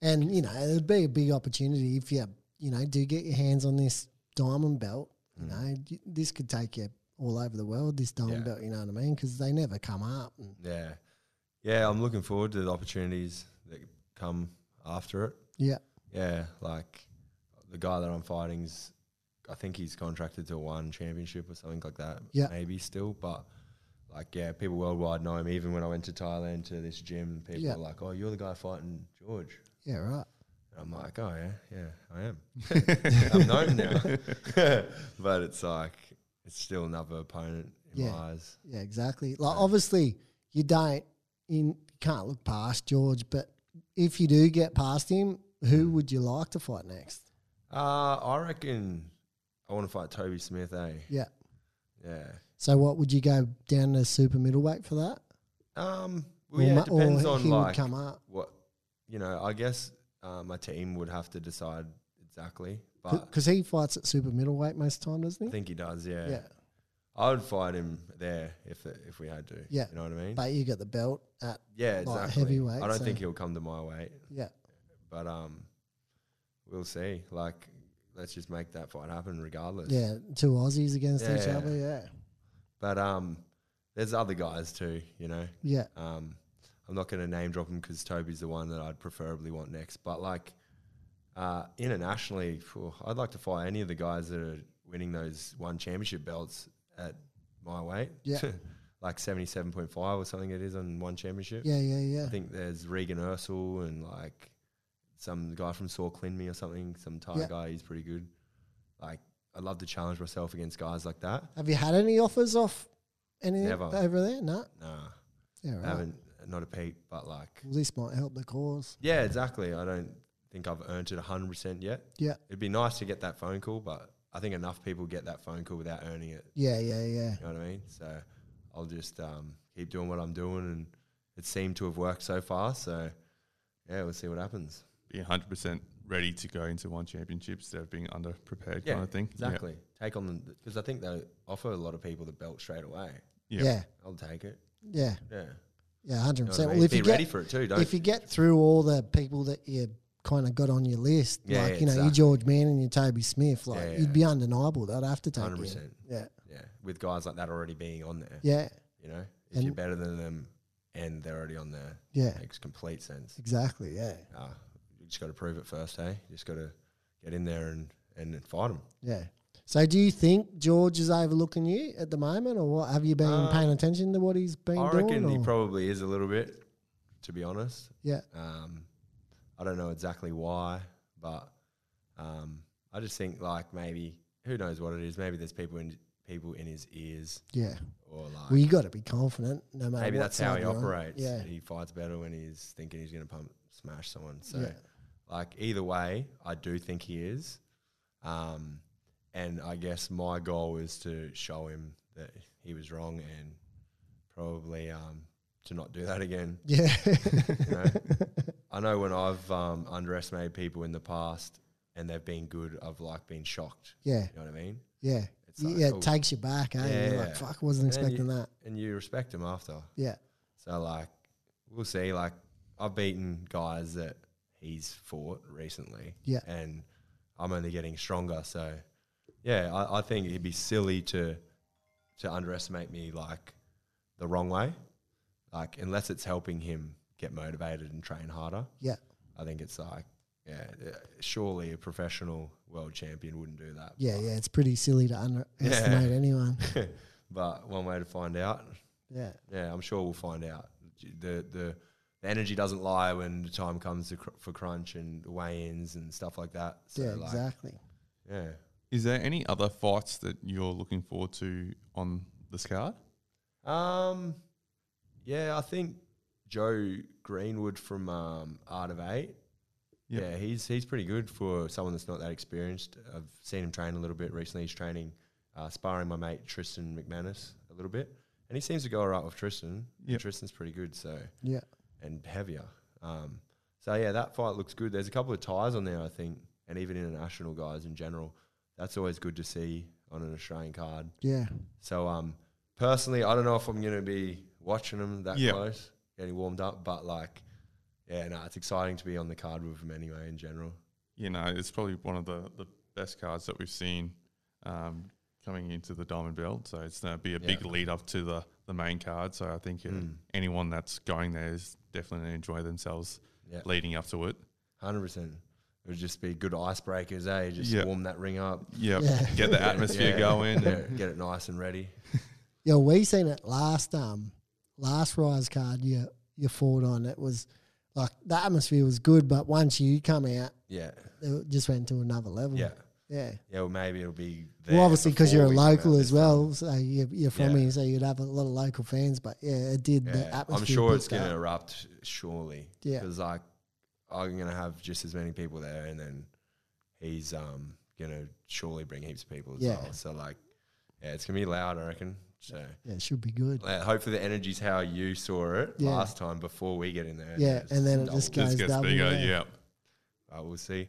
Speaker 5: And, you know, it'd be a big opportunity if you, you know, do get your hands on this diamond belt. You know, y- this could take you all over the world, this diamond
Speaker 6: Yeah.
Speaker 5: belt, you know what I mean? Because they never come up. And
Speaker 6: Yeah. Yeah, I'm looking forward to the opportunities that come after it.
Speaker 5: yeah.
Speaker 6: Yeah, like the guy that I'm fighting's, I think he's contracted to one championship or something like that.
Speaker 5: Yeah.
Speaker 6: maybe still, but like yeah, people worldwide know him. Even when I went to Thailand to this gym, people
Speaker 5: Yeah.
Speaker 6: were like, "Oh, you're the guy fighting George."
Speaker 5: Yeah, right.
Speaker 6: And I'm like, "Oh yeah, yeah, I am. I'm known now." but it's like it's still another opponent in
Speaker 5: Yeah.
Speaker 6: my eyes.
Speaker 5: Yeah, exactly. Like, obviously, you don't, in, can't look past George, but if you do get past him, who would you like to fight next?
Speaker 6: Uh, I reckon I want to fight Toby Smith. Eh?
Speaker 5: Yeah.
Speaker 6: Yeah.
Speaker 5: So, what would you go down to super middleweight for that?
Speaker 6: Um,
Speaker 5: Or
Speaker 6: well, yeah,
Speaker 5: ma-
Speaker 6: it depends
Speaker 5: or
Speaker 6: on
Speaker 5: he would
Speaker 6: like
Speaker 5: come up.
Speaker 6: what you know. I guess uh, my team would have to decide exactly, but
Speaker 5: Because he fights at super middleweight most of the time, doesn't
Speaker 6: I
Speaker 5: he?
Speaker 6: think he does. Yeah.
Speaker 5: Yeah.
Speaker 6: I would fight him there if if we had to.
Speaker 5: Yeah.
Speaker 6: you know what I mean.
Speaker 5: But you get the belt at
Speaker 6: yeah,
Speaker 5: like,
Speaker 6: exactly.
Speaker 5: heavyweight,
Speaker 6: I don't
Speaker 5: so-
Speaker 6: think he'll come to my weight,
Speaker 5: yeah.
Speaker 6: but um, we'll see. Like, let's just make that fight happen regardless.
Speaker 5: Yeah, two Aussies against each
Speaker 6: Yeah.
Speaker 5: other. Yeah,
Speaker 6: But um, there's other guys too. You know.
Speaker 5: yeah,
Speaker 6: Um, I'm not going to name drop him because Toby's the one that I'd preferably want next. But like uh, internationally, phew, I'd like to fight any of the guys that are winning those one championship belts at my weight.
Speaker 5: Yeah.
Speaker 6: like 77.5 or something it is on one championship.
Speaker 5: yeah, yeah, yeah.
Speaker 6: I think there's Regan Ursel and like some guy from Saw Clinme or something, some Thai
Speaker 5: Yeah.
Speaker 6: guy. He's pretty good. Like I'd love to challenge myself against guys like that.
Speaker 5: Have you had any offers off anything
Speaker 6: Never.
Speaker 5: over there? No.
Speaker 6: Nah,
Speaker 5: Yeah, right.
Speaker 6: I haven't, not a peep, but like
Speaker 5: Well, this might help the cause.
Speaker 6: Yeah, exactly. I don't think I've earned it 100% yet.
Speaker 5: Yeah,
Speaker 6: It'd be nice to get that phone call, but I think enough people get that phone call without earning it.
Speaker 5: yeah, yeah, yeah.
Speaker 6: You know what I mean? So I'll just um, keep doing what I'm doing, and it seemed to have worked so far. So yeah, we'll see what happens.
Speaker 7: Be 100% ready to go into one championship instead of being underprepared
Speaker 6: Yeah,
Speaker 7: kind of thing. Yeah.
Speaker 6: exactly. Take on them because I think they offer a lot of people the belt straight away.
Speaker 7: Yeah.
Speaker 5: Yeah,
Speaker 6: I'll take it.
Speaker 5: yeah,
Speaker 6: Yeah,
Speaker 5: yeah, hundred
Speaker 6: you know what I
Speaker 5: percent.
Speaker 6: mean?
Speaker 5: Well, if
Speaker 6: be
Speaker 5: you
Speaker 6: ready
Speaker 5: get
Speaker 6: for it too. Don't
Speaker 5: if you get through all the people that you kind of got on your list,
Speaker 6: Yeah,
Speaker 5: like
Speaker 6: yeah,
Speaker 5: you know, your
Speaker 6: exactly.
Speaker 5: George Mann and your Toby Smith, like
Speaker 6: Yeah, yeah.
Speaker 5: you'd be undeniable. They'd have to take you.
Speaker 6: 100%.
Speaker 5: Yeah,
Speaker 6: yeah, with guys like that already being on there.
Speaker 5: yeah,
Speaker 6: You know, if
Speaker 5: And-
Speaker 6: you're better than them and they're already on there,
Speaker 5: Yeah.
Speaker 6: makes complete sense.
Speaker 5: exactly. Yeah,
Speaker 6: Uh, you just got to prove it first, hey? You just got to get in there and, and fight them.
Speaker 5: yeah. So, do you think George is overlooking you at the moment, or what? Have you been paying attention to what he's been
Speaker 6: Uh, I
Speaker 5: doing?
Speaker 6: reckon he
Speaker 5: or-
Speaker 6: probably is a little bit, to be honest.
Speaker 5: yeah,
Speaker 6: Um, I don't know exactly why, but um, I just think like maybe who knows what it is. Maybe there's people in people in his ears,
Speaker 5: yeah.
Speaker 6: or like
Speaker 5: Well, you got to be confident, no matter
Speaker 6: maybe
Speaker 5: what
Speaker 6: that's how
Speaker 5: side
Speaker 6: he
Speaker 5: you're on.
Speaker 6: operates.
Speaker 5: Yeah,
Speaker 6: He fights better when he's thinking he's going to pump smash someone. So,
Speaker 5: Yeah.
Speaker 6: like either way, I do think he is. Um, and I guess my goal is to show him that he was wrong and probably um, to not do that again.
Speaker 5: yeah,
Speaker 6: You know? I know when I've um, underestimated people in the past and they've been good, I've like been shocked.
Speaker 5: yeah,
Speaker 6: You know what I mean?
Speaker 5: yeah.
Speaker 6: It's like,
Speaker 5: yeah,
Speaker 6: oh.
Speaker 5: it takes you back. Eh? You're
Speaker 6: Yeah.
Speaker 5: like, fuck, wasn't
Speaker 6: And then
Speaker 5: expecting
Speaker 6: you-
Speaker 5: that.
Speaker 6: And you respect him after.
Speaker 5: Yeah,
Speaker 6: So like, we'll see. Like, I've beaten guys that he's fought recently.
Speaker 5: Yeah.
Speaker 6: and I'm only getting stronger. So, yeah, I, I think it'd be silly to to underestimate me like the wrong way. Like, unless it's helping him get motivated and train harder.
Speaker 5: yeah,
Speaker 6: I think it's like, yeah, uh, surely a professional world champion wouldn't do that.
Speaker 5: yeah, yeah. It's pretty silly to underestimate anyone.
Speaker 6: But one way to find out,
Speaker 5: Yeah,
Speaker 6: Yeah, I'm sure we'll find out. The the, the energy doesn't lie when the time comes to cr- for crunch and weigh-ins and stuff like that. So
Speaker 5: yeah,
Speaker 6: like,
Speaker 5: exactly.
Speaker 6: Yeah.
Speaker 7: Is there any other fights that you're looking forward to on this card?
Speaker 6: Um, yeah, I think Joe Greenwood from um, Art of Eight.
Speaker 7: Yep.
Speaker 6: Yeah, he's he's pretty good for someone that's not that experienced. I've seen him train a little bit recently. He's training, uh, sparring my mate Tristan McManus a little bit, and he seems to go all right with Tristan. Yeah,
Speaker 7: Yep.
Speaker 6: Tristan's pretty good, so
Speaker 5: Yeah,
Speaker 6: and heavier. Um, so yeah, that fight looks good. There's a couple of ties on there, I think, and even international guys in general. That's always good to see on an Australian card.
Speaker 5: yeah,
Speaker 6: So um, personally, I don't know if I'm going to be watching them that
Speaker 7: Yeah.
Speaker 6: close, getting warmed up, but like, yeah, no, it's exciting to be on the card with them anyway. In general,
Speaker 7: You know, it's probably one of the, the best cards that we've seen um, coming into the Diamond Belt. So it's going to be a big
Speaker 6: Yeah. Hmm.
Speaker 7: lead up to the, the main card. So I think uh, anyone that's going there is definitely going to enjoy themselves
Speaker 6: Yeah.
Speaker 7: leading up to it.
Speaker 6: hundred percent. It would just be good icebreakers, eh? Just
Speaker 7: Yeah.
Speaker 6: warm that ring up,
Speaker 7: Yep.
Speaker 5: Yeah.
Speaker 7: Get the atmosphere
Speaker 6: Yeah.
Speaker 7: going.
Speaker 6: yeah, get it nice and ready.
Speaker 5: yeah. We seen it last um last rise card you you fought on. It was like the atmosphere was good, but once you come out,
Speaker 6: Yeah,
Speaker 5: it just went to another level.
Speaker 6: yeah,
Speaker 5: yeah.
Speaker 6: yeah. Well, maybe it'll be there
Speaker 5: Well, obviously, because
Speaker 6: before
Speaker 5: you're a
Speaker 6: we come out
Speaker 5: local
Speaker 6: this
Speaker 5: as well, so you, you're from
Speaker 6: Yeah.
Speaker 5: here, so you'd have a lot of local fans. But yeah, it did. The
Speaker 6: Yeah,
Speaker 5: atmosphere
Speaker 6: I'm sure it's
Speaker 5: picked
Speaker 6: going
Speaker 5: up.
Speaker 6: to erupt, surely.
Speaker 5: Yeah.
Speaker 6: Because, like, I'm going to have just as many people there, and then he's um going to surely bring heaps of people as
Speaker 5: Yeah.
Speaker 6: well. So, like, yeah, it's going to be loud, I reckon. So,
Speaker 5: Yeah, it should be good.
Speaker 6: uh, hopefully, the energy's how you saw it
Speaker 5: Yeah.
Speaker 6: last time before we get in there.
Speaker 5: Yeah, and then it
Speaker 6: double.
Speaker 5: just goes
Speaker 7: Just gets
Speaker 5: double.
Speaker 7: bigger.
Speaker 5: yeah.
Speaker 7: Yeah.
Speaker 6: Uh, we'll see.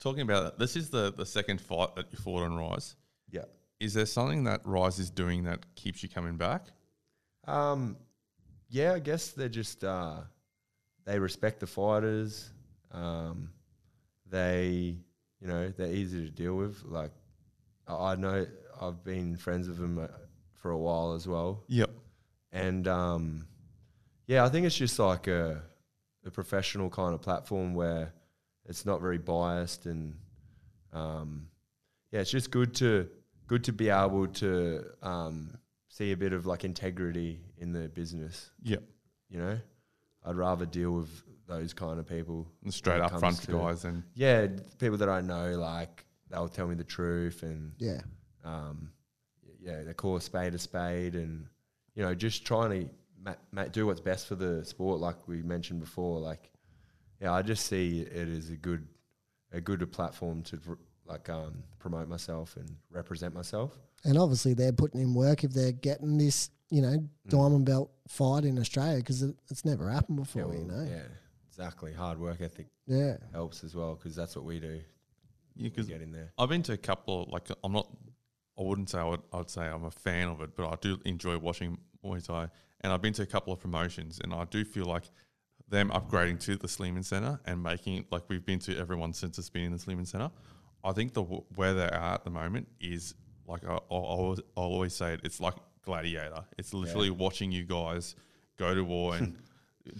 Speaker 7: Talking about that, this is the, the second fight that you fought on Rise.
Speaker 6: Yeah.
Speaker 7: is there something that Rise is doing that keeps you coming back?
Speaker 6: Um, yeah, I guess they're just uh, they respect the fighters. Um, they, you know, they're easy to deal with. Like I I know I've been friends with them uh, for a while as well,
Speaker 7: Yep.
Speaker 6: and um, yeah, I think it's just like a, a professional kind of platform where it's not very biased, and um, yeah, it's just good to good to be able to um, see a bit of like integrity in the business.
Speaker 7: Yep.
Speaker 6: You know, I'd rather deal with those kind of people.
Speaker 7: And straight
Speaker 6: when it
Speaker 7: up front
Speaker 6: comes to-
Speaker 7: guys and
Speaker 6: Yeah, people that I know, like they'll tell me the truth, and
Speaker 5: Yeah.
Speaker 6: um, yeah, they call a spade a spade, and you know, just trying to ma- ma- do what's best for the sport, like we mentioned before. Like, yeah, I just see it as a good, a good platform to pr- like um, promote myself and represent myself.
Speaker 5: And obviously, they're putting in work if they're getting this, you
Speaker 6: Mm.
Speaker 5: know, diamond belt fight in Australia because it, it's never happened before,
Speaker 6: yeah,
Speaker 5: you
Speaker 6: well,
Speaker 5: know?
Speaker 6: yeah, exactly. Hard work ethic
Speaker 5: Yeah.
Speaker 6: helps as well because that's what we do.
Speaker 7: yeah,
Speaker 6: We
Speaker 7: 'cause
Speaker 6: get in there.
Speaker 7: I've been to a couple of like I'm not I wouldn't say I would I'd say I'm a fan of it, but I do enjoy watching Muay Thai and I've been to a couple of promotions and I do feel like them upgrading to the Sleeman Center and making it- like we've been to everyone since it's been in the Sleeman Center. I think the w- where they are at the moment is like I, I'll, always, I'll always say it. It's like Gladiator. It's literally watching you guys go to war and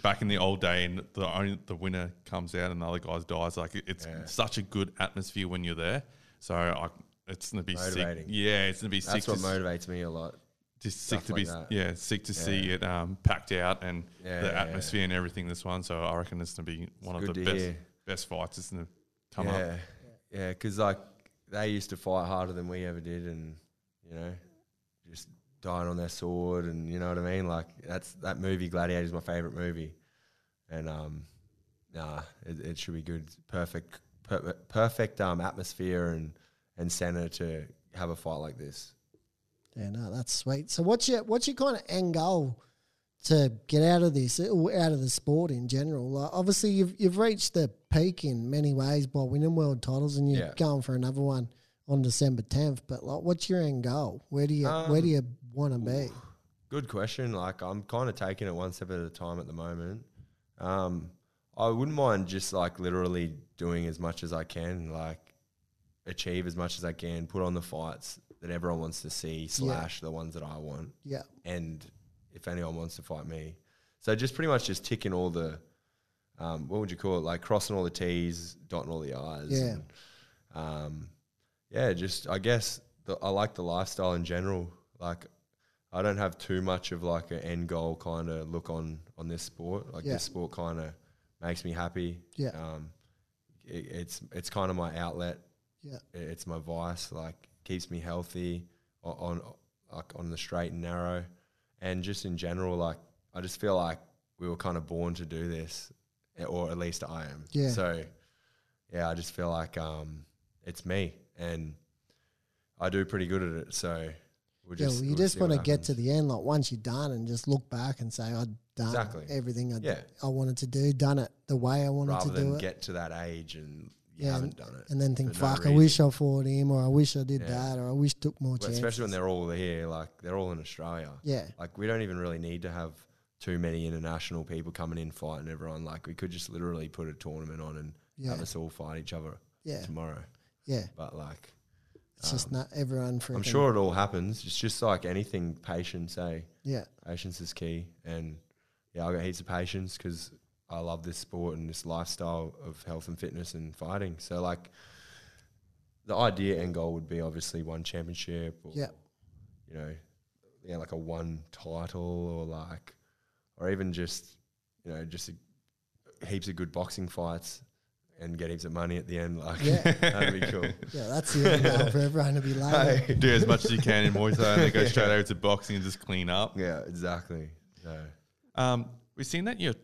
Speaker 7: back in the old day, and the only the winner comes out and the other guys dies. Like it- it's such a good atmosphere when you're there. So I, it's gonna be sick.
Speaker 6: Motivating.
Speaker 7: Yeah, it's gonna be sick.
Speaker 6: That's
Speaker 7: to
Speaker 6: what
Speaker 7: s-
Speaker 6: motivates me a lot.
Speaker 7: just sick
Speaker 6: stuff
Speaker 7: to
Speaker 6: like
Speaker 7: be
Speaker 6: that.
Speaker 7: yeah sick to see it um, packed out and
Speaker 6: Yeah,
Speaker 7: the
Speaker 6: yeah,
Speaker 7: atmosphere and everything this one so i reckon it's going to be one
Speaker 6: good
Speaker 7: of the
Speaker 6: to
Speaker 7: best
Speaker 6: hear.
Speaker 7: best fights that's going to come
Speaker 6: yeah.
Speaker 7: up
Speaker 6: Yeah, because like they used to fight harder than we ever did, and you know, just dying on their sword, and you know what I mean. Like that's that movie Gladiator is my favorite movie, and um, nah, it, it should be good. Perfect, per- perfect um atmosphere and and center to have a fight like this.
Speaker 5: Yeah, no, that's sweet. So, what's your what's your kind of end goal to get out of this, or out of the sport in general? Like, obviously, you've you've reached the peak in many ways by winning world titles, and you're
Speaker 6: Yeah.
Speaker 5: going for another one on December tenth. But like, what's your end goal? Where do you where
Speaker 6: Um,
Speaker 5: do you want to be?
Speaker 6: Good question. Like I'm kind of taking it one step at a time at the moment. Um, I wouldn't mind just like literally doing as much as I can, like achieve as much as I can, put on the fights that everyone wants to see, slash the ones that I want,
Speaker 5: Yeah,
Speaker 6: and if anyone wants to fight me. So just pretty much just ticking all the, um, what would you call it? Like crossing all the T's, dotting all the I's.
Speaker 5: Yeah.
Speaker 6: And, um, yeah, just I guess the, I like the lifestyle in general. Like, I don't have too much of like an end goal kind of look on on this sport. Like
Speaker 5: Yeah.
Speaker 6: this sport kind of makes me happy.
Speaker 5: Yeah.
Speaker 6: Um, it, it's it's kind of my outlet.
Speaker 5: Yeah.
Speaker 6: I- It's my vice. Like keeps me healthy o- on like on the straight and narrow, and just in general, like I just feel like we were kind of born to do this, or at least I am.
Speaker 5: Yeah.
Speaker 6: So yeah, I just feel like um, it's me, and I do pretty good at it. So we'll
Speaker 5: yeah. Well, you
Speaker 6: we'll
Speaker 5: just
Speaker 6: see what
Speaker 5: want to get to
Speaker 6: happens.
Speaker 5: the end, like once you're done, and just look back and say, I done
Speaker 6: Exactly.
Speaker 5: everything I, d-
Speaker 6: Yeah.
Speaker 5: I wanted to do, done it the way I wanted
Speaker 6: rather
Speaker 5: to do
Speaker 6: than
Speaker 5: it.
Speaker 6: get to that age and you
Speaker 5: Yeah,
Speaker 6: haven't done it,
Speaker 5: and then think,
Speaker 6: for no
Speaker 5: fuck, I
Speaker 6: reason."
Speaker 5: wish I fought him, or I wish I did
Speaker 6: Yeah.
Speaker 5: that, or I wish took more
Speaker 6: Well,
Speaker 5: chances.
Speaker 6: especially when they're all here. Like they're all in Australia.
Speaker 5: Yeah.
Speaker 6: Like we don't even really need to have too many international people coming in fighting everyone. Like we could just literally put a tournament on and have
Speaker 5: Yeah.
Speaker 6: us all fight each other
Speaker 5: Yeah.
Speaker 6: tomorrow.
Speaker 5: Yeah,
Speaker 6: But like
Speaker 5: it's just not everyone. Freaking,
Speaker 6: um, I'm sure it all happens. It's just like anything, patience, eh?
Speaker 5: Yeah,
Speaker 6: Patience is key, and yeah, I got heaps of patience because I love this sport and this lifestyle of health and fitness and fighting. So like, the idea and goal would be obviously one championship, or
Speaker 5: Yeah.
Speaker 6: you know, yeah, like a one title or like, or even just you know just a, heaps of good boxing fights and get heaps of money at the end. Like,
Speaker 5: Yeah.
Speaker 6: that'd be cool.
Speaker 5: yeah, that's the end goal for everyone to be later.
Speaker 7: do as much as you can in muay thai and then go straight over to boxing and just clean up
Speaker 6: Yeah, exactly. So.
Speaker 7: um, we've seen that you're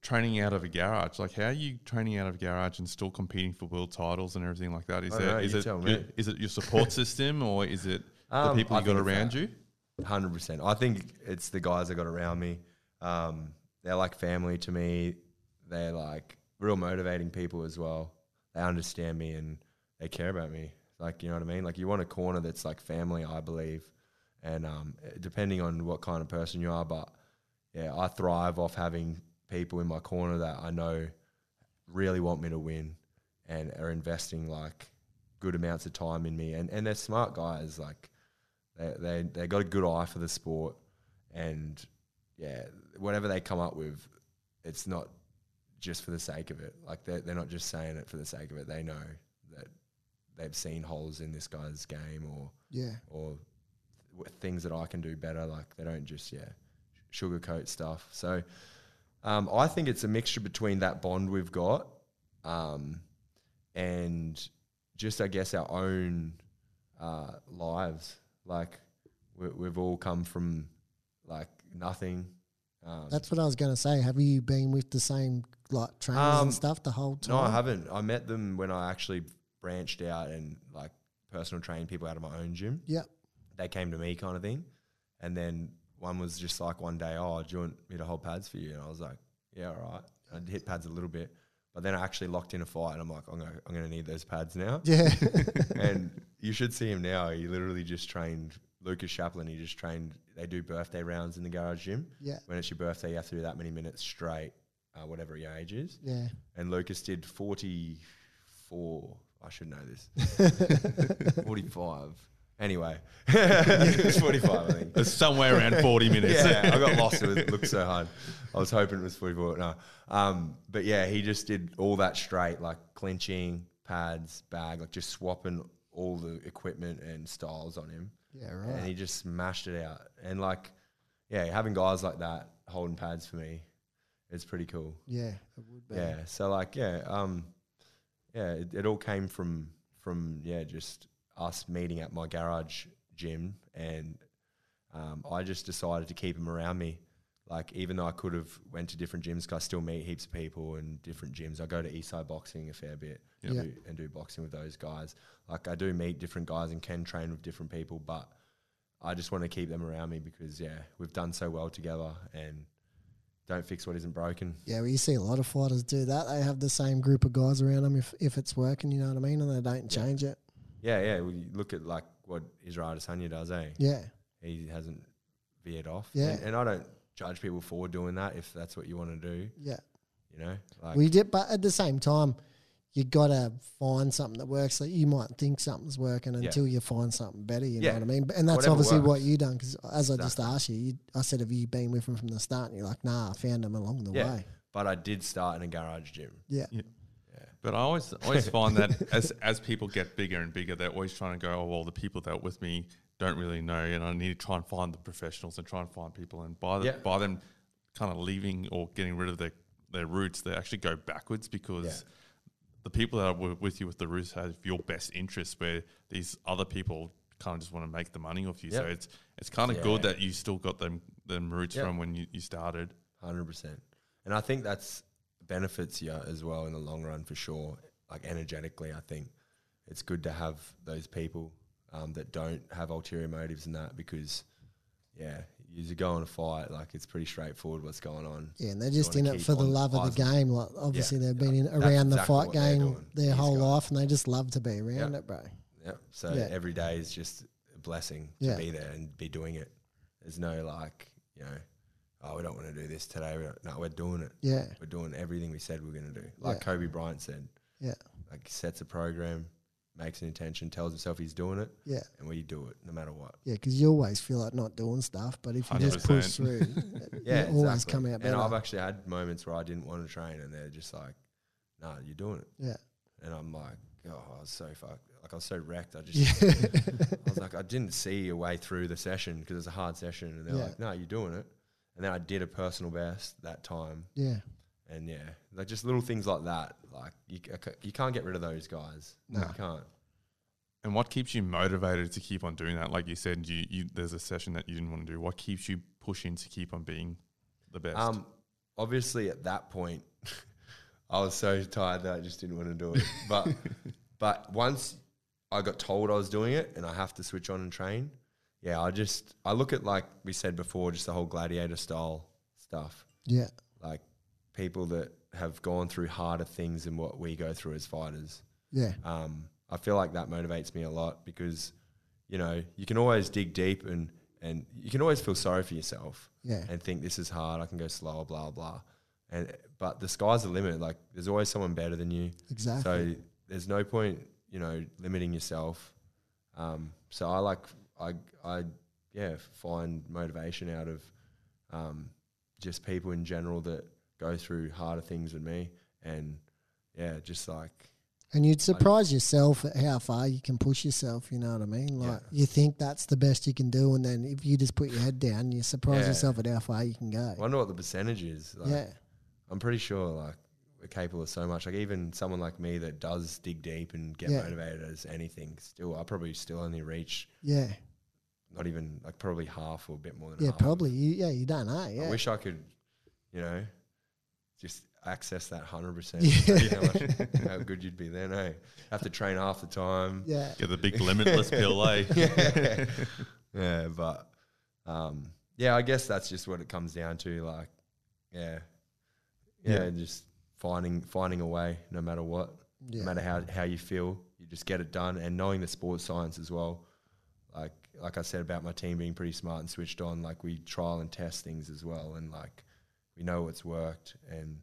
Speaker 7: training out of a garage like how are you training out of a garage and still competing for world titles and everything like that is
Speaker 6: I
Speaker 7: there
Speaker 6: dunno,
Speaker 7: is
Speaker 6: you
Speaker 7: it
Speaker 6: tell
Speaker 7: your,
Speaker 6: me.
Speaker 7: is it your support system or is it the
Speaker 6: Um,
Speaker 7: people
Speaker 6: I
Speaker 7: you got
Speaker 6: think it's
Speaker 7: around
Speaker 6: that.
Speaker 7: you
Speaker 6: Hundred percent. I think it's the guys I got around me. Um, they're like family to me. They're like real motivating people as well. They understand me and they care about me. Like you know what I mean? Like you want a corner that's like family, I believe, and um, eh, depending on what kind of person you are, but yeah, I thrive off having people in my corner that I know really want me to win and are investing like good amounts of time in me and, and they're smart guys like they, they they got a good eye for the sport and yeah whatever they come up with it's not just for the sake of it like they're, they're not just saying it for the sake of it they know that they've seen holes in this guy's game or
Speaker 5: Yeah.
Speaker 6: or w- things that I can do better. Like they don't just yeah sugarcoat stuff. So um, I think it's a mixture between that bond we've got um, and just I guess our own uh, lives. Like we, we've all come from like nothing. Um,
Speaker 5: That's what I was going to say. Have you been with the same like trainers
Speaker 6: Um,
Speaker 5: and stuff the whole time?
Speaker 6: No, I haven't. I met them when I actually branched out and like personal trained people out of my own gym.
Speaker 5: Yep.
Speaker 6: they came to me kind of thing. And then one was just like one day, oh, do you want me to hold pads for you? And I was like, yeah, all right. I hit pads a little bit, but then I actually locked in a fight, and I'm like, I'm gonna, I'm gonna need those pads now.
Speaker 5: Yeah.
Speaker 6: and you should see him now. He literally just trained Lucas Chaplin. He just trained. They do birthday rounds in the garage gym.
Speaker 5: Yeah.
Speaker 6: When it's your birthday, you have to do that many minutes straight, uh, whatever your age is.
Speaker 5: yeah.
Speaker 6: And Lucas did 44. I should know this. 45. Anyway, it's 45, I think.
Speaker 7: It's somewhere around 40 minutes.
Speaker 6: Yeah, I got lost. It was- looked so hard. I was hoping it was 44. No. Um, but yeah, he just did all that straight, like clinching, pads, bag, like just swapping all the equipment and styles on him.
Speaker 5: Yeah,
Speaker 6: And
Speaker 5: right.
Speaker 6: he just smashed it out. And like, yeah, having guys like that holding pads for me, it's pretty cool.
Speaker 5: Yeah. It would be.
Speaker 6: Yeah. So like, yeah, um, yeah, it, it all came from from yeah, just us meeting at my garage gym, and um, I just decided to keep him around me. Like, even though I could have went to different gyms, 'cause I still meet heaps of people in different gyms. I go to Eastside Boxing a fair bit and,
Speaker 5: Yeah.
Speaker 6: do, and do boxing with those guys. Like, I do meet different guys and can train with different people, but I just want to keep them around me because yeah, we've done so well together and don't fix what isn't broken.
Speaker 5: Yeah, well, you see a lot of fighters do that. They have the same group of guys around them if, if it's working, you know what I mean? And they don't change it.
Speaker 6: Yeah, yeah. Well, you look at like what Israel Adesanya does, eh?
Speaker 5: Yeah.
Speaker 6: He hasn't veered off.
Speaker 5: Yeah.
Speaker 6: And, and I don't judge people for doing that if that's what you want to do.
Speaker 5: Yeah.
Speaker 6: You know, like
Speaker 5: We did, but at the same time, you got to find something that works. Like you might think something's working until you find something better. You
Speaker 6: Yeah.
Speaker 5: know what I mean? But- And that's
Speaker 6: Whatever
Speaker 5: obviously what
Speaker 6: works.
Speaker 5: you done. Because as I just
Speaker 6: Exactly.
Speaker 5: asked you, you, I said, "Have you been with him from the start?" And you're like, "Nah, I found him along the
Speaker 6: yeah.
Speaker 5: way."
Speaker 6: But I did start in a garage gym.
Speaker 5: Yeah,
Speaker 7: But I always always find that as as people get bigger and bigger, they're always trying to go, oh well, the people that were with me don't really know, and I need to try and find the professionals and try and find people. And by the,
Speaker 6: Yeah.
Speaker 7: by them kind of leaving or getting rid of their their roots, they actually go backwards because. The people that were with you with the roots have your best interests, where these other people kind of just want to make the money off you. So
Speaker 6: Yeah.
Speaker 7: it's it's kind of
Speaker 6: Yeah.
Speaker 7: good that you still got them them roots
Speaker 6: Yeah.
Speaker 7: from when you, you started.
Speaker 6: Hundred percent. And I think that's benefits you as well in the long run for sure. Like energetically, I think it's good to have those people um, that don't have ulterior motives and that because, yeah, you go on a fight like it's pretty straightforward what's going on.
Speaker 5: yeah, and they're just
Speaker 6: wanna
Speaker 5: in it
Speaker 6: keep
Speaker 5: for the
Speaker 6: on
Speaker 5: love of the
Speaker 6: rising.
Speaker 5: game. Like obviously, they've been in
Speaker 6: That's
Speaker 5: around the
Speaker 6: exactly
Speaker 5: fight
Speaker 6: what they're
Speaker 5: game
Speaker 6: doing,
Speaker 5: their
Speaker 6: these
Speaker 5: whole
Speaker 6: guys.
Speaker 5: life, and they just love to be around
Speaker 6: Yeah.
Speaker 5: it, bro.
Speaker 6: Yeah. So
Speaker 5: Yeah.
Speaker 6: every day is just a blessing to
Speaker 5: Yeah.
Speaker 6: be there and be doing it. There's no like, you know, oh, we don't want to do this today. We don't, no, we're doing it.
Speaker 5: Yeah,
Speaker 6: We're doing everything we said we we're going to do. Like
Speaker 5: Yeah.
Speaker 6: Kobe Bryant said,
Speaker 5: yeah,
Speaker 6: like sets a program, makes an intention, tells himself he's doing it,
Speaker 5: yeah.
Speaker 6: and we do it no matter what.
Speaker 5: Yeah, because you always feel like not doing stuff, but if you just push through,
Speaker 7: 100%.
Speaker 5: yeah,
Speaker 6: Yeah,
Speaker 5: you always
Speaker 6: exactly.
Speaker 5: come out better.
Speaker 6: And I've actually had moments where I didn't want to train, and they're just like, "No, you're doing it,"
Speaker 5: yeah,
Speaker 6: and I'm like, "Oh, I was so fucked. Like I was so wrecked. I just
Speaker 5: yeah.
Speaker 6: I was like, I didn't see a way through the session because it's a hard session. And they're
Speaker 5: Yeah.
Speaker 6: like, no, you're doing it. And then I did a personal best that time.
Speaker 5: yeah.
Speaker 6: And yeah, like just little things like that. Like you, c- I c- you can't get rid of those guys.
Speaker 5: No.
Speaker 6: You can't.
Speaker 7: And what keeps you motivated to keep on doing that? Like you said, you, you there's a session that you didn't want to do. What keeps you pushing to keep on being the best?
Speaker 6: Um, obviously at that point, I was so tired that I just didn't want to do it. But, but once I got told I was doing it and I have to switch on and train, yeah, I just, I look at like we said before, just the whole gladiator style stuff.
Speaker 5: Yeah,
Speaker 6: like people that have gone through harder things than what we go through as fighters.
Speaker 5: yeah,
Speaker 6: Um, I I feel like that motivates me a lot because, you know, you can always dig deep and and you can always feel sorry for yourself.
Speaker 5: Yeah.
Speaker 6: And think this is hard. I can go slower. Blah blah. And but the sky's the limit. Like there's always someone better than you.
Speaker 5: Exactly.
Speaker 6: So there's no point, you know, limiting yourself. Um, so I like I I yeah find motivation out of um, just people in general that go through harder things than me, and yeah, just like
Speaker 5: And you'd surprise yourself at how far you can push yourself, you know what I mean? Like you think that's the best you can do and then if you just put your head down, you surprise
Speaker 6: Yeah.
Speaker 5: yourself at how far you can go.
Speaker 6: I wonder what the percentage is. Like,
Speaker 5: yeah.
Speaker 6: I'm pretty sure like we're capable of so much. Like even someone like me that does dig deep and get
Speaker 5: Yeah.
Speaker 6: motivated as anything, still I probably still only reach
Speaker 5: Yeah.
Speaker 6: not even like probably half or a bit more than
Speaker 5: Yeah,
Speaker 6: half.
Speaker 5: probably. You, yeah, you don't know.
Speaker 6: Oh. I
Speaker 5: Yeah.
Speaker 6: wish I could, you know, just access that hundred percent.
Speaker 5: Yeah.
Speaker 6: How, much- how good you'd be then, eh? Have to train half the time.
Speaker 5: Yeah.
Speaker 7: Get the big limitless pill, eh?
Speaker 6: Yeah, yeah but um, yeah, I guess that's just what it comes down to. Like, yeah, yeah,
Speaker 7: Yeah.
Speaker 6: just finding finding a way, no matter what,
Speaker 5: Yeah.
Speaker 6: no matter how how you feel, you just get it done. And knowing the sports science as well, like like I said about my team being pretty smart and switched on, like we trial and test things as well, and like we know what's worked and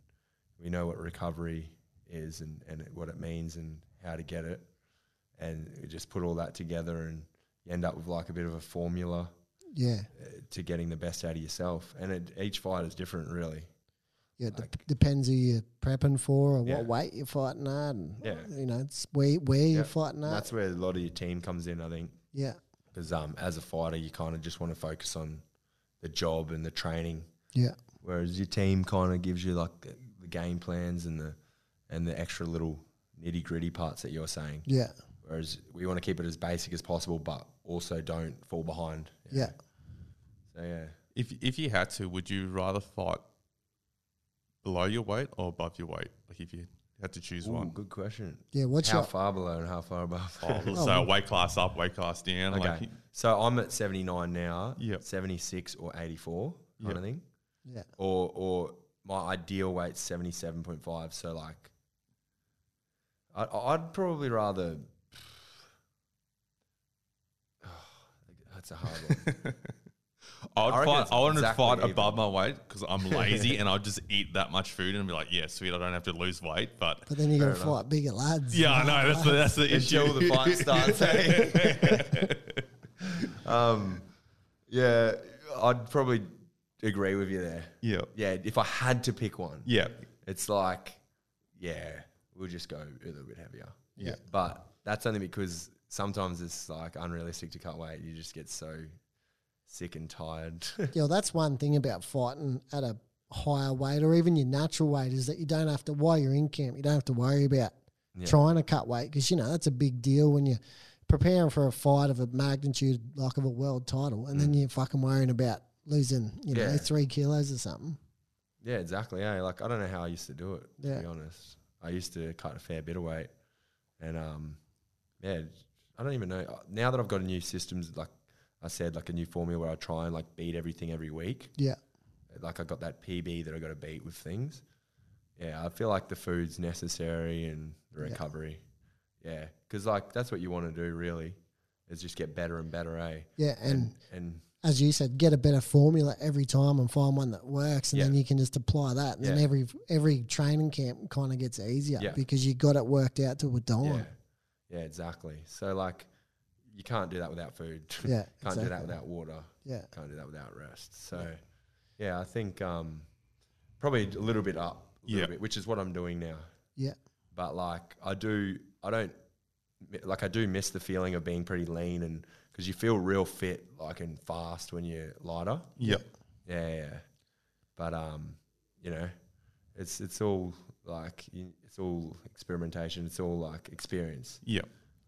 Speaker 6: we know what recovery is and and what it means and how to get it, and we just put all that together and you end up with like a bit of a formula
Speaker 5: Yeah.
Speaker 6: uh, to getting the best out of yourself. And it, each fight is different, really.
Speaker 5: Yeah, it dep-
Speaker 6: Like-
Speaker 5: depends who you're prepping for or
Speaker 6: Yeah.
Speaker 5: what weight you're fighting at, and
Speaker 6: Yeah.
Speaker 5: you know it's where where
Speaker 6: Yeah.
Speaker 5: you're fighting
Speaker 6: And
Speaker 5: at.
Speaker 6: that's where a lot of your team comes in, I think.
Speaker 5: yeah,
Speaker 6: because um, as a fighter, you kind of just want to focus on the job and the training,
Speaker 5: yeah,
Speaker 6: whereas your team kind of gives you like the, the game plans and the and the extra little nitty gritty parts that you're saying.
Speaker 5: yeah,
Speaker 6: Whereas we want to keep it as basic as possible, but also don't fall behind.
Speaker 5: yeah.
Speaker 6: So yeah,
Speaker 7: If if you had to, would you rather fight below your weight or above your weight? Like if you had to choose
Speaker 6: Ooh,
Speaker 7: one.
Speaker 6: good question.
Speaker 5: Yeah, what's
Speaker 6: how
Speaker 5: your-
Speaker 6: far below and how far above?
Speaker 7: Oh, so weight class up, weight class down.
Speaker 6: okay,
Speaker 7: Like,
Speaker 6: so I'm at 79 now.
Speaker 7: Yep.
Speaker 6: 76 or 84 kind
Speaker 7: Yep.
Speaker 6: of thing.
Speaker 5: Yeah.
Speaker 6: Or or my ideal weight's 77.5. So like, I'd, I'd probably rather. that's a hard one.
Speaker 7: I would
Speaker 6: I reckon
Speaker 7: fight.
Speaker 6: it's
Speaker 7: I wanted to
Speaker 6: exactly
Speaker 7: fight
Speaker 6: even.
Speaker 7: above my weight because I'm lazy and I'll just eat that much food and be like, yeah, sweet, I don't have to lose weight. But
Speaker 5: But then you got to
Speaker 6: Fair
Speaker 5: fight
Speaker 6: enough.
Speaker 5: bigger lads.
Speaker 7: yeah, I know that's the that's the
Speaker 6: Until
Speaker 7: issue.
Speaker 6: the fight starts. eh? um, yeah, I'd probably agree with you there.
Speaker 7: yeah,
Speaker 6: Yeah, if I had to pick one.
Speaker 7: yeah,
Speaker 6: It's like, yeah, we'll just go a little bit heavier.
Speaker 7: Yeah.
Speaker 6: But that's only because sometimes it's like unrealistic to cut weight. You just get so sick and tired.
Speaker 5: Yeah, well, that's one thing about fighting at a higher weight or even your natural weight is that you don't have to while you're in camp, you don't have to worry about trying to cut weight because you know that's a big deal when you're preparing for a fight of a magnitude like of a world title, and then you're fucking worrying about losing you know
Speaker 6: Mm. Yeah.
Speaker 5: three kilos or something.
Speaker 6: yeah, exactly. Yeah. Like I don't know how I used to do it,
Speaker 5: Yeah.
Speaker 6: to be honest. I used to cut a fair bit of weight. And um yeah, I don't even know. Now that I've got a new systems like I said, like a new formula where I try and like beat everything every week.
Speaker 5: Yeah,
Speaker 6: like I got that PB that I got to beat with things. Yeah, I feel like the food's necessary and the recovery. Yeah, because like that's what you want to do really, is just get better and better, eh?
Speaker 5: yeah, and
Speaker 6: And
Speaker 5: as you said, get a better formula every time and find one that works, and then
Speaker 6: Yeah.
Speaker 5: you can just apply that. And then
Speaker 6: Yeah.
Speaker 5: every every training camp kind of gets easier
Speaker 6: Yeah.
Speaker 5: because you got it worked out to a dime.
Speaker 6: yeah, yeah, exactly. So like, you can't do that without food.
Speaker 5: Yeah,
Speaker 6: can't do that
Speaker 5: exactly.
Speaker 6: without water.
Speaker 5: Yeah.
Speaker 6: can't do that without rest. So, yeah, I think um, probably a little bit up, a little
Speaker 7: Yeah.
Speaker 6: bit, which is what I'm doing now.
Speaker 5: yeah,
Speaker 6: but like I do, I don't like I do miss the feeling of being pretty lean and because you feel real fit, like and fast when you're lighter.
Speaker 7: yeah,
Speaker 6: Yeah, yeah, yeah. But um, you know, it's it's all like you- it's all experimentation. It's all like experience.
Speaker 7: yeah.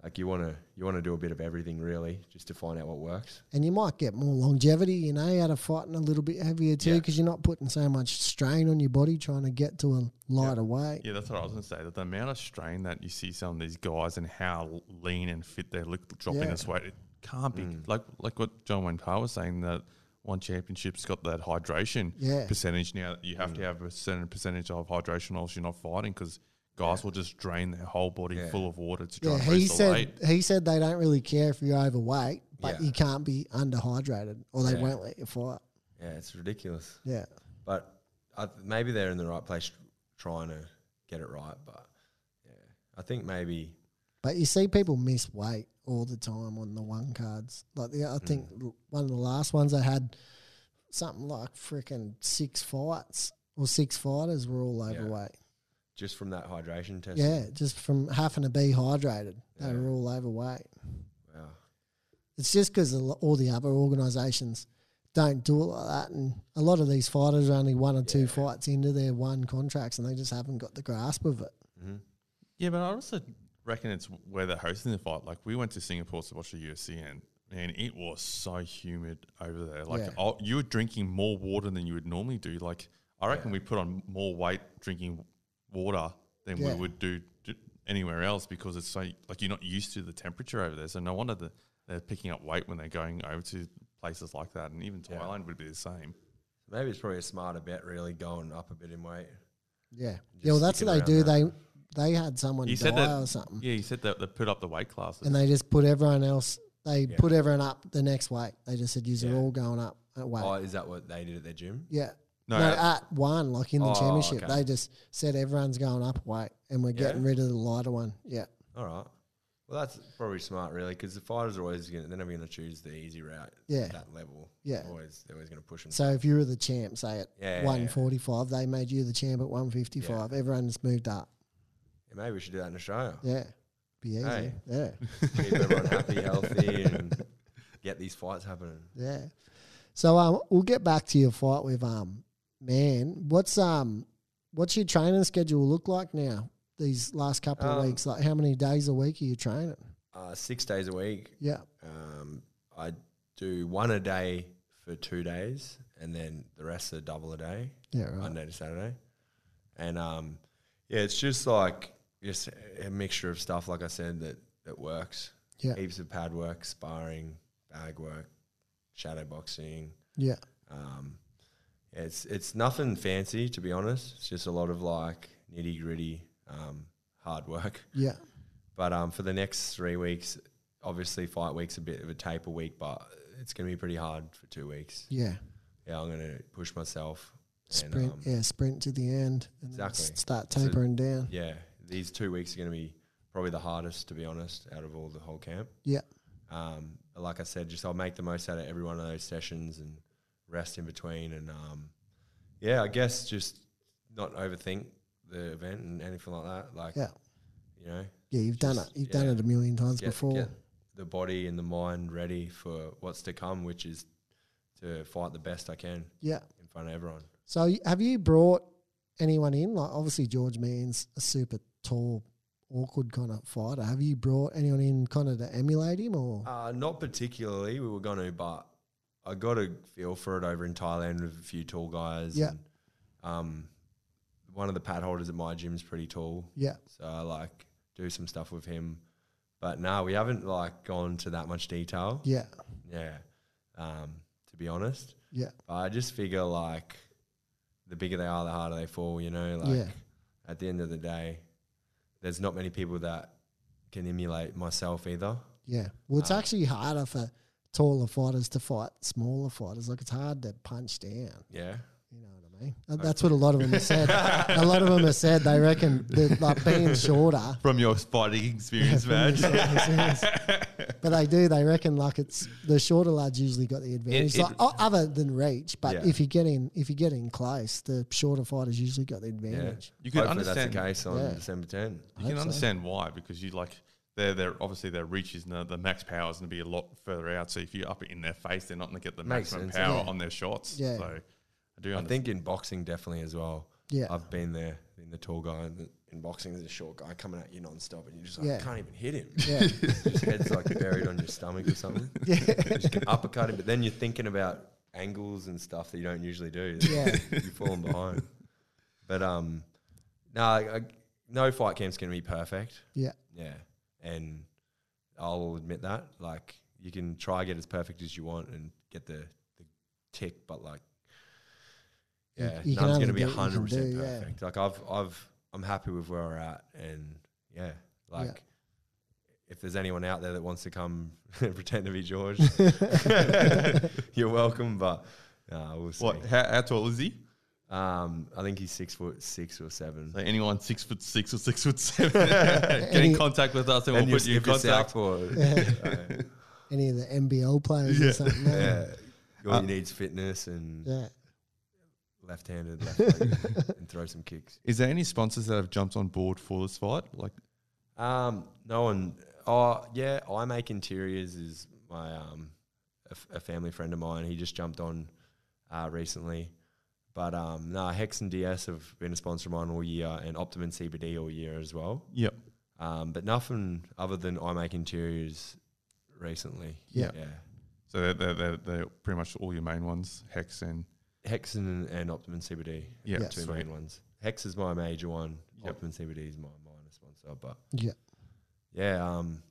Speaker 6: Like you wanna you wanna do a bit of everything really, just to find out what works.
Speaker 5: and you might get more longevity, you know, out of fighting a little bit heavier too,
Speaker 6: Yeah.
Speaker 5: because you're not putting so much strain on your body trying to get to a lighter weight.
Speaker 7: Yeah, that's what I was gonna say. That the amount of strain that you see some of these guys and how lean and fit they look dropping
Speaker 5: Yeah. Mm.
Speaker 7: this weight, it can't be like like what John Wayne Power was saying that one championship's got that hydration
Speaker 5: Yeah. Mm.
Speaker 7: percentage now. You have to have a certain percentage of hydration, or else you're not fighting because guys will just drain their whole body
Speaker 6: Yeah.
Speaker 7: full of water to try
Speaker 5: Yeah,
Speaker 7: and
Speaker 5: he
Speaker 7: lose the
Speaker 5: said
Speaker 7: weight.
Speaker 5: he said they don't really care if you're overweight, but
Speaker 6: Yeah.
Speaker 5: you can't be underhydrated or they
Speaker 6: Yeah.
Speaker 5: won't let you fight.
Speaker 6: Yeah, it's ridiculous.
Speaker 5: Yeah.
Speaker 6: But I, th- maybe they're in the right place trying to get it right. But yeah, I think maybe
Speaker 5: But you see people miss weight all the time on the one cards. Like the, I think
Speaker 7: Mm.
Speaker 5: l- one of the last ones I had something like freaking six fights or six fighters were all overweight.
Speaker 6: just from that hydration test.
Speaker 5: Yeah, just from having to be hydrated, they were all overweight.
Speaker 6: Wow.
Speaker 5: It's just because all the other organisations don't do it like that, and a lot of these fighters are only one or two fights into their one contracts, and they just haven't got the grasp of it.
Speaker 7: Yeah, but I also reckon it's where they're hosting the fight. Like we went to Singapore to watch the UFC, and and it was so humid over there. Like
Speaker 5: Yeah.
Speaker 7: oh, you were drinking more water than you would normally do. Like I reckon we put on more weight drinking water than
Speaker 5: Yeah.
Speaker 7: we would do d- anywhere else because it's so like you're not used to the temperature over there. So no wonder that they're picking up weight when they're going over to places like that, and even Thailand would be the same.
Speaker 6: Maybe it's probably a smarter bet, really, going up a bit in weight.
Speaker 5: Yeah, yeah. Well, that's
Speaker 6: stick
Speaker 5: what
Speaker 6: it
Speaker 5: they do.
Speaker 6: around
Speaker 5: They they had someone
Speaker 7: You
Speaker 5: die
Speaker 7: said that
Speaker 5: or something,
Speaker 7: Yeah, you said that they put up the weight classes.
Speaker 5: and they just put everyone else. They put everyone up the next weight. They just said, "Yous are all going up at weight."
Speaker 6: Oh, is that what they did at their gym?
Speaker 5: yeah.
Speaker 7: No,
Speaker 5: No,
Speaker 7: uh,
Speaker 5: at one, like in the
Speaker 6: Oh,
Speaker 5: championship,
Speaker 6: okay.
Speaker 5: they just said everyone's going up a weight, and we're getting rid of the lighter one. Yeah,
Speaker 6: All right. Well, that's probably smart, really, because the fighters are always going to, they're never going to choose the easy route
Speaker 5: Yeah.
Speaker 6: at that level.
Speaker 5: Yeah.
Speaker 6: Always, they're always going to push them.
Speaker 5: So if you were the champ, say at
Speaker 6: Yeah, yeah, yeah.
Speaker 5: 145, they made you the champ at 155. Everyone's moved up.
Speaker 6: Yeah, maybe we should do that in Australia.
Speaker 5: Yeah. Be easy.
Speaker 6: Hey.
Speaker 5: Yeah.
Speaker 6: Keep everyone happy, healthy, and get these fights happening.
Speaker 5: Yeah. So um, we'll get back to your fight with um man. What's um what's your training schedule look like now? These last couple of
Speaker 6: Um,
Speaker 5: weeks, like how many days a week are you training?
Speaker 6: Uh, six days a week.
Speaker 5: Yeah.
Speaker 6: Um, I do one a day for two days, and then the rest are double a day,
Speaker 5: Yeah. Right.
Speaker 6: Monday to Saturday. And um, yeah, it's just like just a mixture of stuff, like I said, that that works.
Speaker 5: Yeah.
Speaker 6: heaps of pad work, sparring, bag work, shadow boxing.
Speaker 5: Yeah.
Speaker 6: Um, it's it's nothing fancy to be honest. It's just a lot of like nitty gritty um, hard work.
Speaker 5: Yeah.
Speaker 6: But um, for the next three weeks, obviously fight week's a bit of a taper week, but it's going to be pretty hard for two weeks.
Speaker 5: Yeah.
Speaker 6: Yeah, I'm going to push myself. um,
Speaker 5: Sprint. yeah. Sprint to the end and then s-
Speaker 6: Exactly.
Speaker 5: start
Speaker 6: So-
Speaker 5: tapering down.
Speaker 6: yeah, these two weeks are going to be probably the hardest, to be honest, out of all the whole camp.
Speaker 5: Yeah.
Speaker 6: Um, but like I said, just I'll make the most out of every one of those sessions and rest in between. And um, yeah, I guess just not overthink the event and anything like that. Like,
Speaker 5: Yeah.
Speaker 6: you know,
Speaker 5: Yeah. You've done it.
Speaker 6: Just-
Speaker 5: You've
Speaker 6: yeah.
Speaker 5: done it a million times
Speaker 6: get,
Speaker 5: before.
Speaker 6: get the body and the mind ready for what's to come, which is to fight the best I can
Speaker 5: Yeah.
Speaker 6: in front of everyone.
Speaker 5: So y- have you brought anyone in? Like obviously George Meehan's a super tall, awkward kind of fighter. Have you brought anyone in kind of to emulate him or
Speaker 6: Uh, not particularly. We were going to, but I got a feel for it over in Thailand with a few tall guys.
Speaker 5: Yeah.
Speaker 6: And, um, one of the pad holders at my gym is pretty tall,
Speaker 5: yeah,
Speaker 6: so I like do some stuff with him. But no, we haven't like gone to that much detail.
Speaker 5: yeah,
Speaker 6: Yeah. Um, to be honest,
Speaker 5: yeah,
Speaker 6: but I just figure like the bigger they are, the harder they fall. You know, like
Speaker 5: Yeah.
Speaker 6: at the end of the day, there's not many people that can emulate myself either.
Speaker 5: yeah? Well,
Speaker 6: Uh,
Speaker 5: it's actually harder for taller fighters to fight smaller fighters. Like it's hard to punch down.
Speaker 6: Yeah.
Speaker 5: You know what I mean? Uh, That's what a lot of them have said. a lot of them have said they reckon that like being shorter
Speaker 7: From your fighting experience, man.
Speaker 5: But they do. They reckon like it's the shorter lads usually got the advantage,
Speaker 6: it-
Speaker 5: like, o- other than reach. But
Speaker 6: Yeah.
Speaker 5: if you get in, if you get in close, the shorter fighters usually got the advantage.
Speaker 7: You can
Speaker 6: Hopefully
Speaker 7: understand.
Speaker 6: that's the case on
Speaker 5: Yeah.
Speaker 6: December 10th.
Speaker 7: You can understand why because you like their their obviously their reach is the, the max power is going to be a lot further out. So if you up it in their face, they're not going to get the
Speaker 6: Makes
Speaker 7: maximum
Speaker 6: sense,
Speaker 7: power
Speaker 5: yeah.
Speaker 7: on their shots.
Speaker 5: Yeah.
Speaker 7: So I do.
Speaker 6: I
Speaker 7: understand.
Speaker 6: think in boxing definitely as well.
Speaker 5: Yeah.
Speaker 6: I've been there in the tall guy. and In boxing, there's a short guy coming at you non-stop, and you just like
Speaker 5: Yeah.
Speaker 6: can't even hit him.
Speaker 5: Yeah,
Speaker 6: His head's like buried on your stomach or something.
Speaker 5: yeah,
Speaker 6: You can uppercut him, but then you're thinking about angles and stuff that you don't usually do.
Speaker 5: Yeah.
Speaker 6: you're falling behind. But um, no, I, I, no fight camp's gonna be perfect.
Speaker 5: yeah,
Speaker 6: Yeah, and I'll admit that. Like, you can try get as perfect as you want and get the, the tick, but like,
Speaker 5: You-
Speaker 6: yeah,
Speaker 5: you can
Speaker 6: none's
Speaker 5: only
Speaker 6: gonna be
Speaker 5: do what you can
Speaker 6: hundred percent
Speaker 5: do, yeah.
Speaker 6: perfect. Like, I've I've I'm happy with where we're at, and yeah, like if there's anyone out there that wants to come pretend to be George, you're welcome. But uh, we'll see.
Speaker 7: What? How, how tall is he?
Speaker 6: Um, I think he's six foot six or seven.
Speaker 7: So anyone six foot six or six foot seven, get in contact with us and,
Speaker 6: And
Speaker 7: we'll
Speaker 6: you're,
Speaker 7: put you in
Speaker 6: if you're
Speaker 7: contact.
Speaker 6: Southpaw, uh,
Speaker 5: Any of the NBL players or something. no?
Speaker 6: yeah, all you needs fitness and
Speaker 5: Uh, Yeah.
Speaker 6: left-handed, left leg, and throw some kicks.
Speaker 7: Is there any sponsors that have jumped on board for this fight? Like,
Speaker 6: Um, no one. Oh, yeah. I make interiors is my um, a, f- a family friend of mine. He just jumped on uh, recently, but um, no, Hex and DS have been a sponsor of mine all year, and Optimum CBD all year as well.
Speaker 7: yep.
Speaker 6: Um, but nothing other than I make interiors recently.
Speaker 5: Yeah.
Speaker 6: yeah.
Speaker 7: So they're, they're, they're, they're pretty much all your main ones, Hex and
Speaker 6: Hex and, and Optimum CBD,
Speaker 7: yeah.
Speaker 5: Yeah.
Speaker 6: two
Speaker 7: sweet.
Speaker 6: main ones. Hex is my major one.
Speaker 7: Yep.
Speaker 6: Optimum CBD is my minor sponsor, but
Speaker 5: Yeah.
Speaker 6: yeah, um,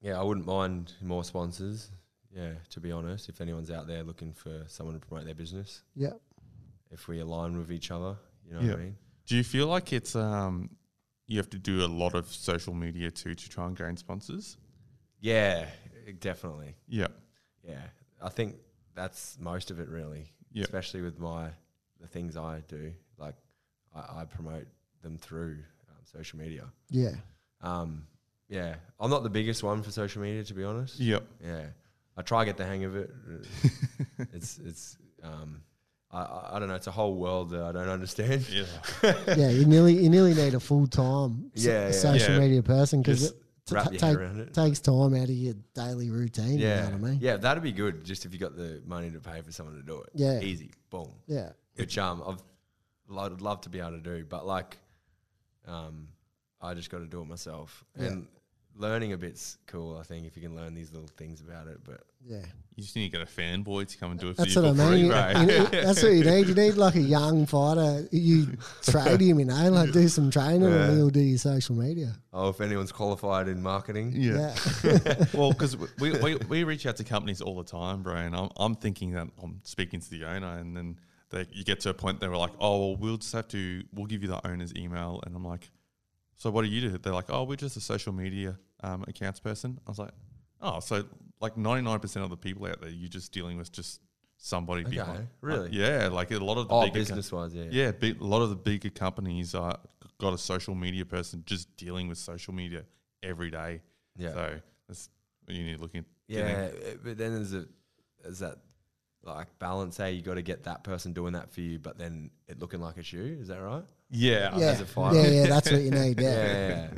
Speaker 6: yeah, I wouldn't mind more sponsors. Yeah, to be honest, if anyone's out there looking for someone to promote their business,
Speaker 5: Yeah.
Speaker 6: if we align with each other, you know
Speaker 7: Yeah.
Speaker 6: what I mean.
Speaker 7: Do you feel like it's um you have to do a lot of social media too to try and gain sponsors?
Speaker 6: Yeah, eh, definitely.
Speaker 7: Yeah.
Speaker 6: Yeah, I think that's most of it really.
Speaker 7: Yeah.
Speaker 6: Especially with my the things I do, like I, I promote them through um, social media.
Speaker 5: Yeah.
Speaker 6: Um, yeah, I'm not the biggest one for social media, to be honest.
Speaker 7: Yep.
Speaker 6: Yeah, I try get the hang of it. it's it's um, I- I I don't know. It's a whole world that I don't understand.
Speaker 7: Yeah.
Speaker 5: Yeah. You nearly you nearly need a full time
Speaker 6: Yeah, yeah,
Speaker 5: social
Speaker 7: yeah.
Speaker 5: media person because
Speaker 6: Just
Speaker 5: it t-
Speaker 6: wrap
Speaker 5: t-
Speaker 6: your head
Speaker 5: take-
Speaker 6: around it.
Speaker 5: takes time out of your daily routine.
Speaker 6: yeah,
Speaker 5: You know what I mean?
Speaker 6: yeah, that'd be good. Just if you got the money to pay for someone to do it.
Speaker 5: Yeah.
Speaker 6: easy, boom.
Speaker 5: Yeah.
Speaker 6: Which um, I've lo- would love to be able to do, but like, um, I just got to do it myself. And learning a bit's cool. I think if you can learn these little things about it, but
Speaker 5: Yeah.
Speaker 7: You just need to get a fanboy to come and do it for
Speaker 5: That's
Speaker 7: you
Speaker 5: what I
Speaker 7: for
Speaker 5: mean.
Speaker 7: free,
Speaker 5: You-
Speaker 7: right?
Speaker 5: you need- that's what you need. You need like a young fighter. You trade him, you know, like do some training and he'll do your social media.
Speaker 6: oh, if anyone's qualified in marketing,
Speaker 5: Yeah.
Speaker 7: well, because we, we, we reach out to companies all the time, bro, and I'm, I'm thinking that I'm speaking to the owner, and then they, you get to a point they were like, oh, well, we'll just have to, we'll give you the owner's email. And I'm like, so what do you do? They're like, oh, we're just a social media um, accounts person. I was like, oh, so like 99% of the people out there, you're just dealing with just somebody behind. Uh,
Speaker 6: really?
Speaker 7: yeah, like a lot of the
Speaker 6: oh,
Speaker 7: big account-
Speaker 6: business wise, yeah,
Speaker 7: yeah, big, a lot of the bigger companies are got a social media person just dealing with social media every day.
Speaker 6: Yeah.
Speaker 7: So that's what you need to look at.
Speaker 6: Yeah, uh, but then there's a there's that like balance. Hey, you got to get that person doing that for you, but then it looking like it's you. Is that right?
Speaker 7: Yeah.
Speaker 5: yeah.
Speaker 6: as Oh, a fighter.
Speaker 5: yeah. Yeah. That's what you need. Yeah.
Speaker 6: Yeah.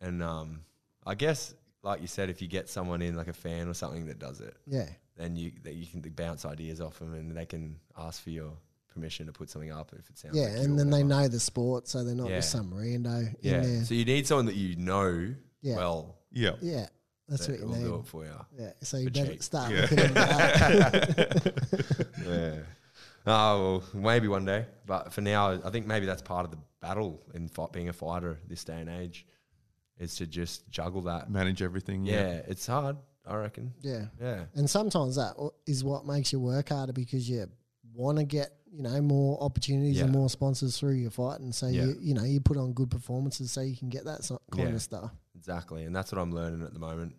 Speaker 6: and um, I guess like you said, if you get someone in like a fan or something that does it,
Speaker 5: Yeah.
Speaker 6: then you that you can bounce ideas off them, and they can ask for your permission to put something up if it sounds.
Speaker 5: Yeah,
Speaker 6: like you or
Speaker 5: and then they
Speaker 6: whatever.
Speaker 5: know the sport, so they're not
Speaker 6: Yeah.
Speaker 5: just some rando in
Speaker 6: Yeah.
Speaker 5: there.
Speaker 6: So you need someone that you know
Speaker 5: Yeah.
Speaker 6: well.
Speaker 7: Yeah.
Speaker 5: yeah, that's
Speaker 6: That
Speaker 5: what you
Speaker 6: will do
Speaker 5: need.
Speaker 6: it for you.
Speaker 5: Yeah, so you
Speaker 6: for
Speaker 5: better
Speaker 6: cheap.
Speaker 5: start looking into that.
Speaker 6: yeah. Oh, well, maybe one day. But for now, I think maybe that's part of the battle in fight, being a fighter this day and age is to just juggle that.
Speaker 7: Manage everything.
Speaker 6: Yeah, it's hard, I reckon.
Speaker 5: Yeah,
Speaker 6: Yeah.
Speaker 5: and sometimes that o- is what makes you work harder because you want to get you know more opportunities and
Speaker 6: Yeah.
Speaker 5: more sponsors through your fighting. So
Speaker 6: Yeah.
Speaker 5: you you know you put on good performances so you can get that so- kind
Speaker 6: Yeah.
Speaker 5: of stuff.
Speaker 6: exactly. And that's what I'm learning at the moment.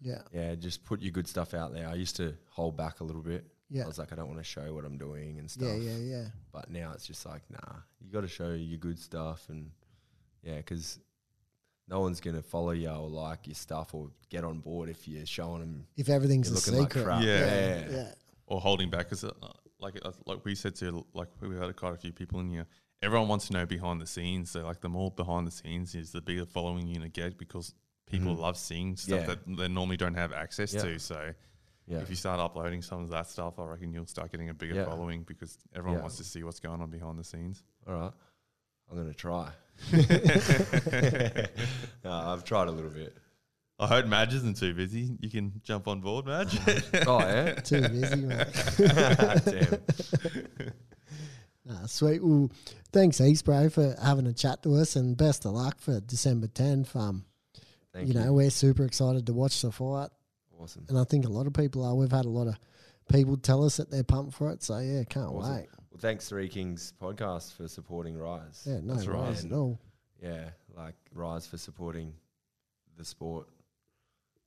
Speaker 5: Yeah,
Speaker 6: Yeah, just put your good stuff out there. I used to hold back a little bit.
Speaker 5: Yeah.
Speaker 6: I was like, I don't want to show what I'm doing and stuff.
Speaker 5: yeah, yeah, yeah,
Speaker 6: But now it's just like, nah, you got to show your good stuff. And yeah, because no one's going to follow you or like your stuff or get on board if you're showing them
Speaker 5: If everything's
Speaker 6: you're
Speaker 5: a
Speaker 6: looking like
Speaker 5: secret,
Speaker 6: crap.
Speaker 7: Yeah.
Speaker 5: yeah. yeah,
Speaker 7: Or holding back because, uh, like, uh, like we said to, like, we had quite a few people in here. Everyone wants to know behind the scenes. So, like, the more behind the scenes is, the bigger following you're going to get because people love seeing stuff
Speaker 6: Mm-hmm. Yeah.
Speaker 7: that they normally don't have access
Speaker 6: Yeah.
Speaker 7: to. So,
Speaker 6: Yeah.
Speaker 7: if you start uploading some of that stuff, I reckon you'll start getting a bigger
Speaker 6: Yeah.
Speaker 7: following because everyone
Speaker 6: Yeah.
Speaker 7: wants to see what's going on behind the scenes.
Speaker 6: All right. I'm going to try. no, I've tried a little bit.
Speaker 7: I heard Madge isn't too busy. You can jump on board, Madge.
Speaker 6: Oh, yeah?
Speaker 5: Too busy, mate.
Speaker 6: Damn.
Speaker 5: Ah, sweet. Well, thanks, heaps, bro, for having a chat to us, and best of luck for December 10th. Um,
Speaker 6: Thank
Speaker 5: you
Speaker 6: you.
Speaker 5: know, we're super excited to watch the fight,
Speaker 6: Awesome.
Speaker 5: and I think a lot of people are. We've had a lot of people tell us that they're pumped for it, so yeah, can't wait.
Speaker 6: Awesome. Well, Well, thanks Three Kings podcast for supporting Rise.
Speaker 5: Yeah, no
Speaker 7: That's right.
Speaker 5: worries at all.
Speaker 6: Yeah, like Rise for supporting the sport.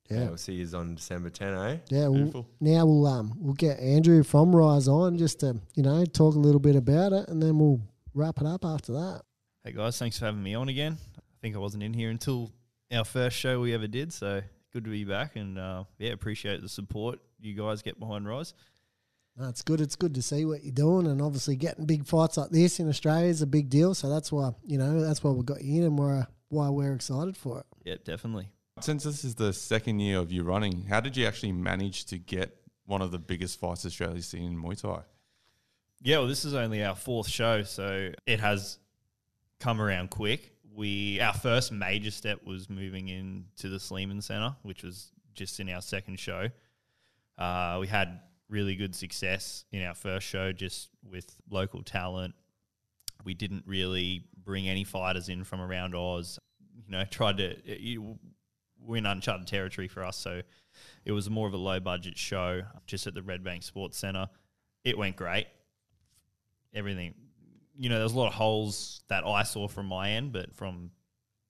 Speaker 6: Yeah,
Speaker 5: Yeah.
Speaker 6: we'll see you on December 10, eh?
Speaker 5: Yeah, we'll,
Speaker 7: Beautiful.
Speaker 5: now we'll um we'll get Andrew from Rise on just to you know talk a little bit about it, and then we'll wrap it up after that.
Speaker 8: Hey guys, thanks for having me on again. I think I wasn't in here until our first show we ever did, so good to be back. And uh, yeah, appreciate the support you guys get behind Rise.
Speaker 5: No, it's good. It's good to see what you're doing, and obviously getting big fights like this in Australia is a big deal. So that's why you know that's why we got you in, and why why we're excited for it.
Speaker 8: Yep, definitely.
Speaker 7: Since this is the second year of you running, how did you actually manage to get one of the biggest fights Australia's seen in Muay Thai?
Speaker 8: Yeah, well, this is only our fourth show, so it has come around quick. We our first major step was moving in to the Sleeman Center, which was just in our second show. Uh, we had really good success in our first show, just with local talent. We didn't really bring any fighters in from around Oz. You know, tried to it- you, we're in uncharted territory for us, so it was more of a low budget show, just at the Red Bank Sports Center. It went great everything. You know, there's a lot of holes that I saw from my end, but from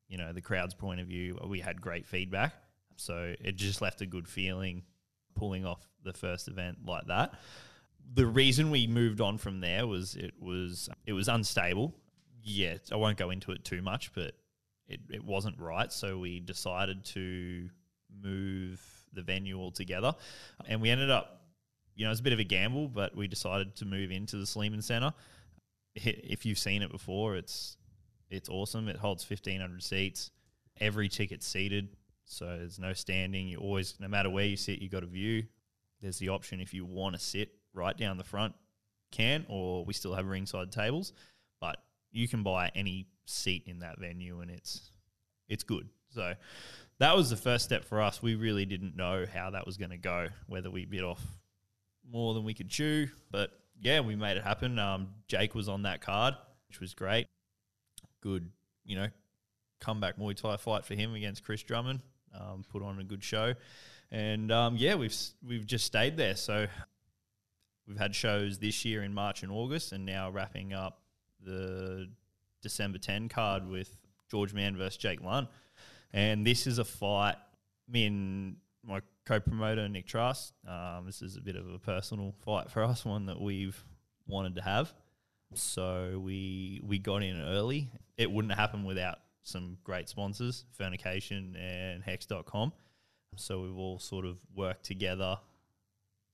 Speaker 8: you know the crowd's point of view, we had great feedback. So it just left a good feeling pulling off the first event like that. The reason we moved on from there was it was it was unstable. Yeah, I won't go into it too much, but it, it wasn't right. So we decided to move the venue altogether, and we ended up you know, it's a bit of a gamble, but we decided to move into the Sleeman Center. I- If you've seen it before, it's it's awesome. It holds fifteen hundred seats. Every ticket's seated, so there's no standing. You always, no matter where you sit, you got a view. There's the option if you want to sit right down the front, can, or we still have ringside tables, but you can buy any seat in that venue, and it's it's good. So that was the first step for us. We really didn't know how that was going to go, whether we bit off more than we could chew. But yeah, we made it happen. Um, Jake was on that card, which was great. Good, you know, comeback Muay Thai fight for him against Chris Drummond. Um, put on a good show, and um, yeah, we've s- we've just stayed there. So we've had shows this year in March and August, and now wrapping up the December 10 card with George Mann versus Jake Lunn. And this is a fight me and my co-promoter Nick Truss. Um, this is a bit of a personal fight for us, one that we've wanted to have. So we we got in early. It wouldn't happen without some great sponsors, Furnication and Hex.com. So we've all sort of worked together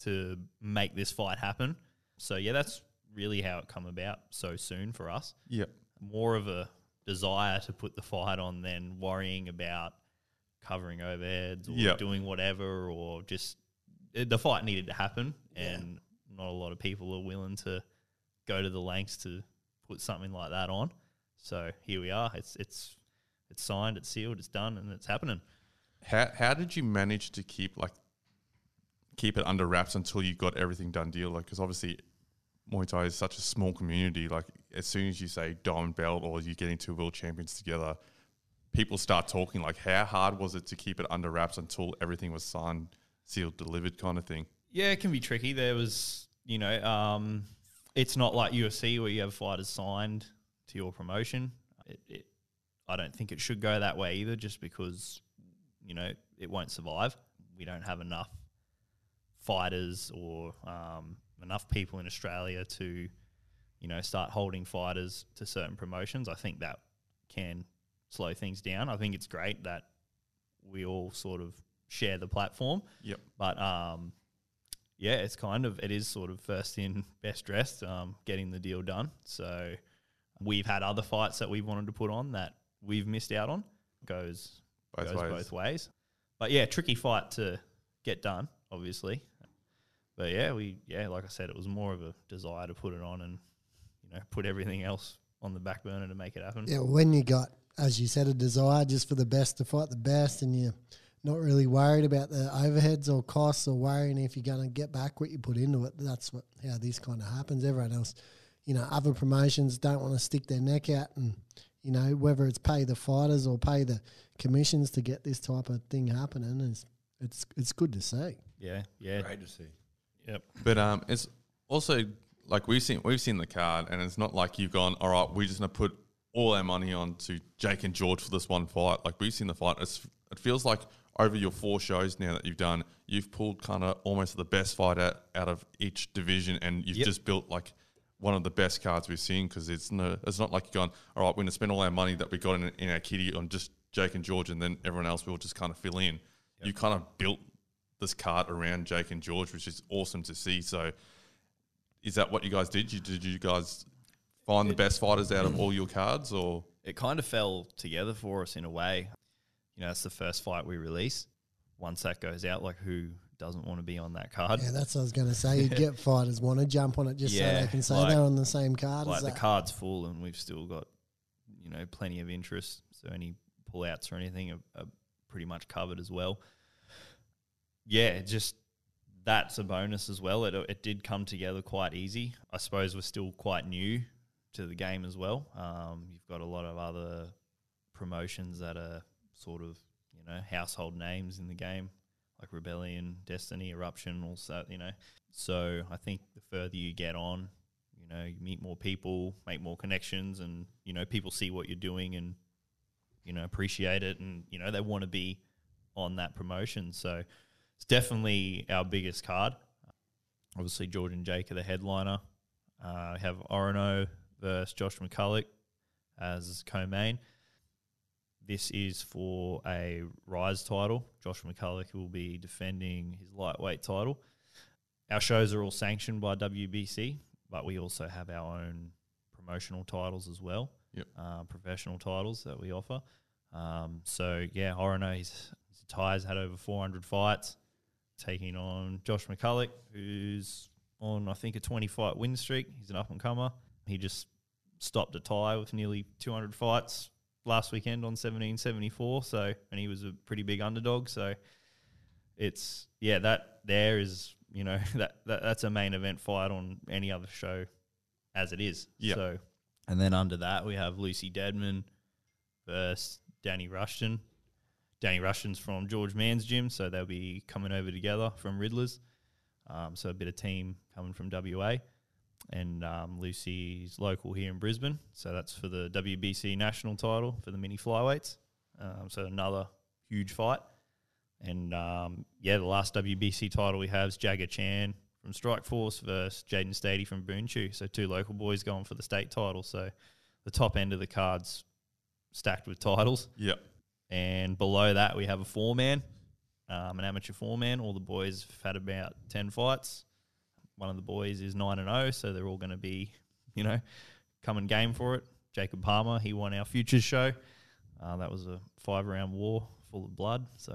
Speaker 8: to make this fight happen. So yeah, that's really how it come about so soon for us
Speaker 7: Yep.
Speaker 8: more of a desire to put the fight on than worrying about covering overheads or
Speaker 7: Yep.
Speaker 8: doing whatever or just it- the fight needed to happen and not a lot of people are willing to go to the lengths to put something like that on. So here we are. It's it's it's signed, it's sealed, it's done and it's happening.
Speaker 7: How how did you manage to keep like keep it under wraps until you got everything done deal? Like, because obviously Muay Thai is such a small community. Like, as soon as you say diamond belt or you're getting two world champions together, people start talking. Like, how hard was it to keep it under wraps until everything was signed, sealed, delivered, kind of thing?
Speaker 8: Yeah, it can be tricky. There was, you know, um, it's not like UFC where you have fighters signed to your promotion. It, it, I don't think it should go that way either, just because, you know, it won't survive. We don't have enough fighters or um, enough people in Australia to, you know, start holding fighters to certain promotions. I think that can slow things down. I think it's great that we all sort of share the platform.
Speaker 7: Yep.
Speaker 8: But um, yeah, it's kind of it is sort of first in, best dressed, um, getting the deal done. So we've had other fights that we wanted to put on that we've missed out on. Goes
Speaker 7: Both
Speaker 8: goes
Speaker 7: ways.
Speaker 8: both ways. But yeah, tricky fight to get done, obviously. But yeah, we yeah, like I said, it was more of a desire to put it on and you know put everything else on the back burner to make it happen.
Speaker 5: Yeah, when you got, as you said, a desire just for the best to fight the best, and you're not really worried about the overheads or costs or worrying if you're going to get back what you put into it. That's what how this kind of happens. Everyone else, you know, other promotions don't want to stick their neck out and. You know, whether it's pay the fighters or pay the commissions to get this type of thing happening, it's it's it's good to see.
Speaker 8: Yeah, yeah,
Speaker 6: Great to see.
Speaker 8: yep.
Speaker 7: But um, it's also like we've seen we've seen the card, and it's not like you've gone, all right, we're just gonna put all our money on to Jake and George for this one fight. Like we've seen the fight. It's, it feels like over your four shows now that you've done, you've pulled kind of almost the best fight out, out of each division, and you've
Speaker 6: Yep.
Speaker 7: just built like one of the best cards we've seen because it's no, it's not like you're going, all right, we're gonna spend all our money that we got in, in our kitty on just Jake and George, and then everyone else will just kind of fill in. You kind of built this card around Jake and George, which is awesome to see. So is that what you guys did? You, did you guys find the best fighters out of all your cards, or
Speaker 8: it kind of fell together for us in a way. You know, it's the first fight we release. Once that goes out, like who doesn't want to be on that card?
Speaker 5: Yeah, that's what I was going to say. You get fighters want to jump on it just so
Speaker 8: Yeah,
Speaker 5: they can say
Speaker 8: like-
Speaker 5: they're on the same card
Speaker 8: like
Speaker 5: as
Speaker 8: the
Speaker 5: that.
Speaker 8: card's full, and we've still got you know plenty of interest. So any pullouts or anything are, are pretty much covered as well. Yeah, just that's a bonus as well. It it did come together quite easy. I suppose we're still quite new to the game as well. Um, you've got a lot of other promotions that are sort of you know household names in the game, like Rebellion, Destiny, Eruption, also you know. So I think the further you get on, you know, you meet more people, make more connections, and you know, people see what you're doing and you know appreciate it, and you know they want to be on that promotion. So it's definitely our biggest card. Obviously, George and Jake are the headliner. Uh, we have Orono versus Josh McCulloch as co-main. This is for a Rise title. Josh McCulloch will be defending his lightweight title. Our shows are all sanctioned by WBC, but we also have our own promotional titles as well,
Speaker 7: Yep.
Speaker 8: uh, professional titles that we offer. Um, so, yeah, Orono, he's, his tie's had over 400 fights, taking on Josh McCulloch, who's on, I think, a 20 fight win streak. He's an up and comer. He just stopped a tie with nearly 200 fights last weekend on 1774. So, and he was a pretty big underdog. So, it's yeah, that there is you know that, that that's a main event fight on any other show as it is.
Speaker 7: Yeah.
Speaker 8: So, and then under that we have Lucy Deadman versus Danny Rushton. Danny Rushton's from George Mann's gym, so they'll be coming over together from Riddlers. Um, so a bit of team coming from WA and um, Lucy's local here in Brisbane. So that's for the WBC national title for the mini flyweights. Um, so another huge fight. And um, yeah, the last WBC title we have is Jagger Chan from Strike Force versus Jaden Stady from Boonchu. So two local boys going for the state title. So the top end of the cards stacked with titles.
Speaker 7: yeah,
Speaker 8: And below that, we have a four man, um, an amateur four man. All the boys have had about 10 fights. One of the boys is 9 and 0, so they're all going to be, you know, come and game for it. Jacob Palmer, he won our Futures show. Uh, that was a five round war full of blood. So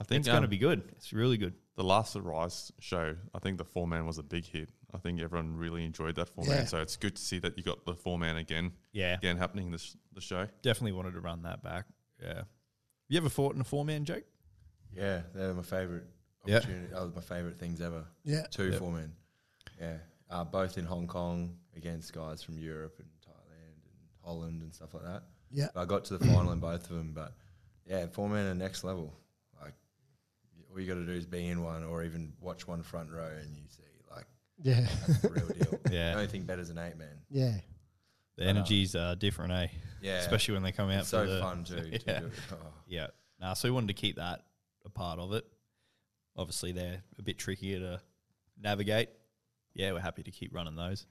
Speaker 7: I think
Speaker 8: it's going to
Speaker 7: um,
Speaker 8: be good. It's really good.
Speaker 7: the last Rise show. I think the four man was a big hit. I think everyone really enjoyed that four
Speaker 5: Yeah.
Speaker 7: man. So it's good to see that you got the four man again,
Speaker 8: Yeah.
Speaker 7: again happening this the show.
Speaker 8: Definitely wanted to run that back. Yeah. Have you ever fought in a four man, Jake?
Speaker 6: Yeah, they're my favorite.
Speaker 8: Yeah.
Speaker 6: Opportunity. That was my favorite things ever.
Speaker 5: Yeah.
Speaker 6: Two four men. Yeah, uh, both in Hong Kong against guys from Europe and Thailand and Holland and stuff like that.
Speaker 5: Yeah.
Speaker 6: But I got to the final in both of them. But yeah, four men are next level. Like y- all you got to do is be in one or even watch one front row and you see like
Speaker 5: Yeah.
Speaker 6: that's the real deal.
Speaker 8: Yeah.
Speaker 6: The only thing better is an eight man.
Speaker 5: Yeah.
Speaker 8: The energies are different, eh?
Speaker 6: Uh, Yeah.
Speaker 8: Especially when they come out.
Speaker 6: It's so
Speaker 8: for the,
Speaker 6: fun too. To
Speaker 8: Yeah.
Speaker 6: do it. Oh.
Speaker 8: Yeah. Nah, so we wanted to keep that a part of it. Obviously, they're a bit trickier to navigate. Yeah, we're happy to keep running those.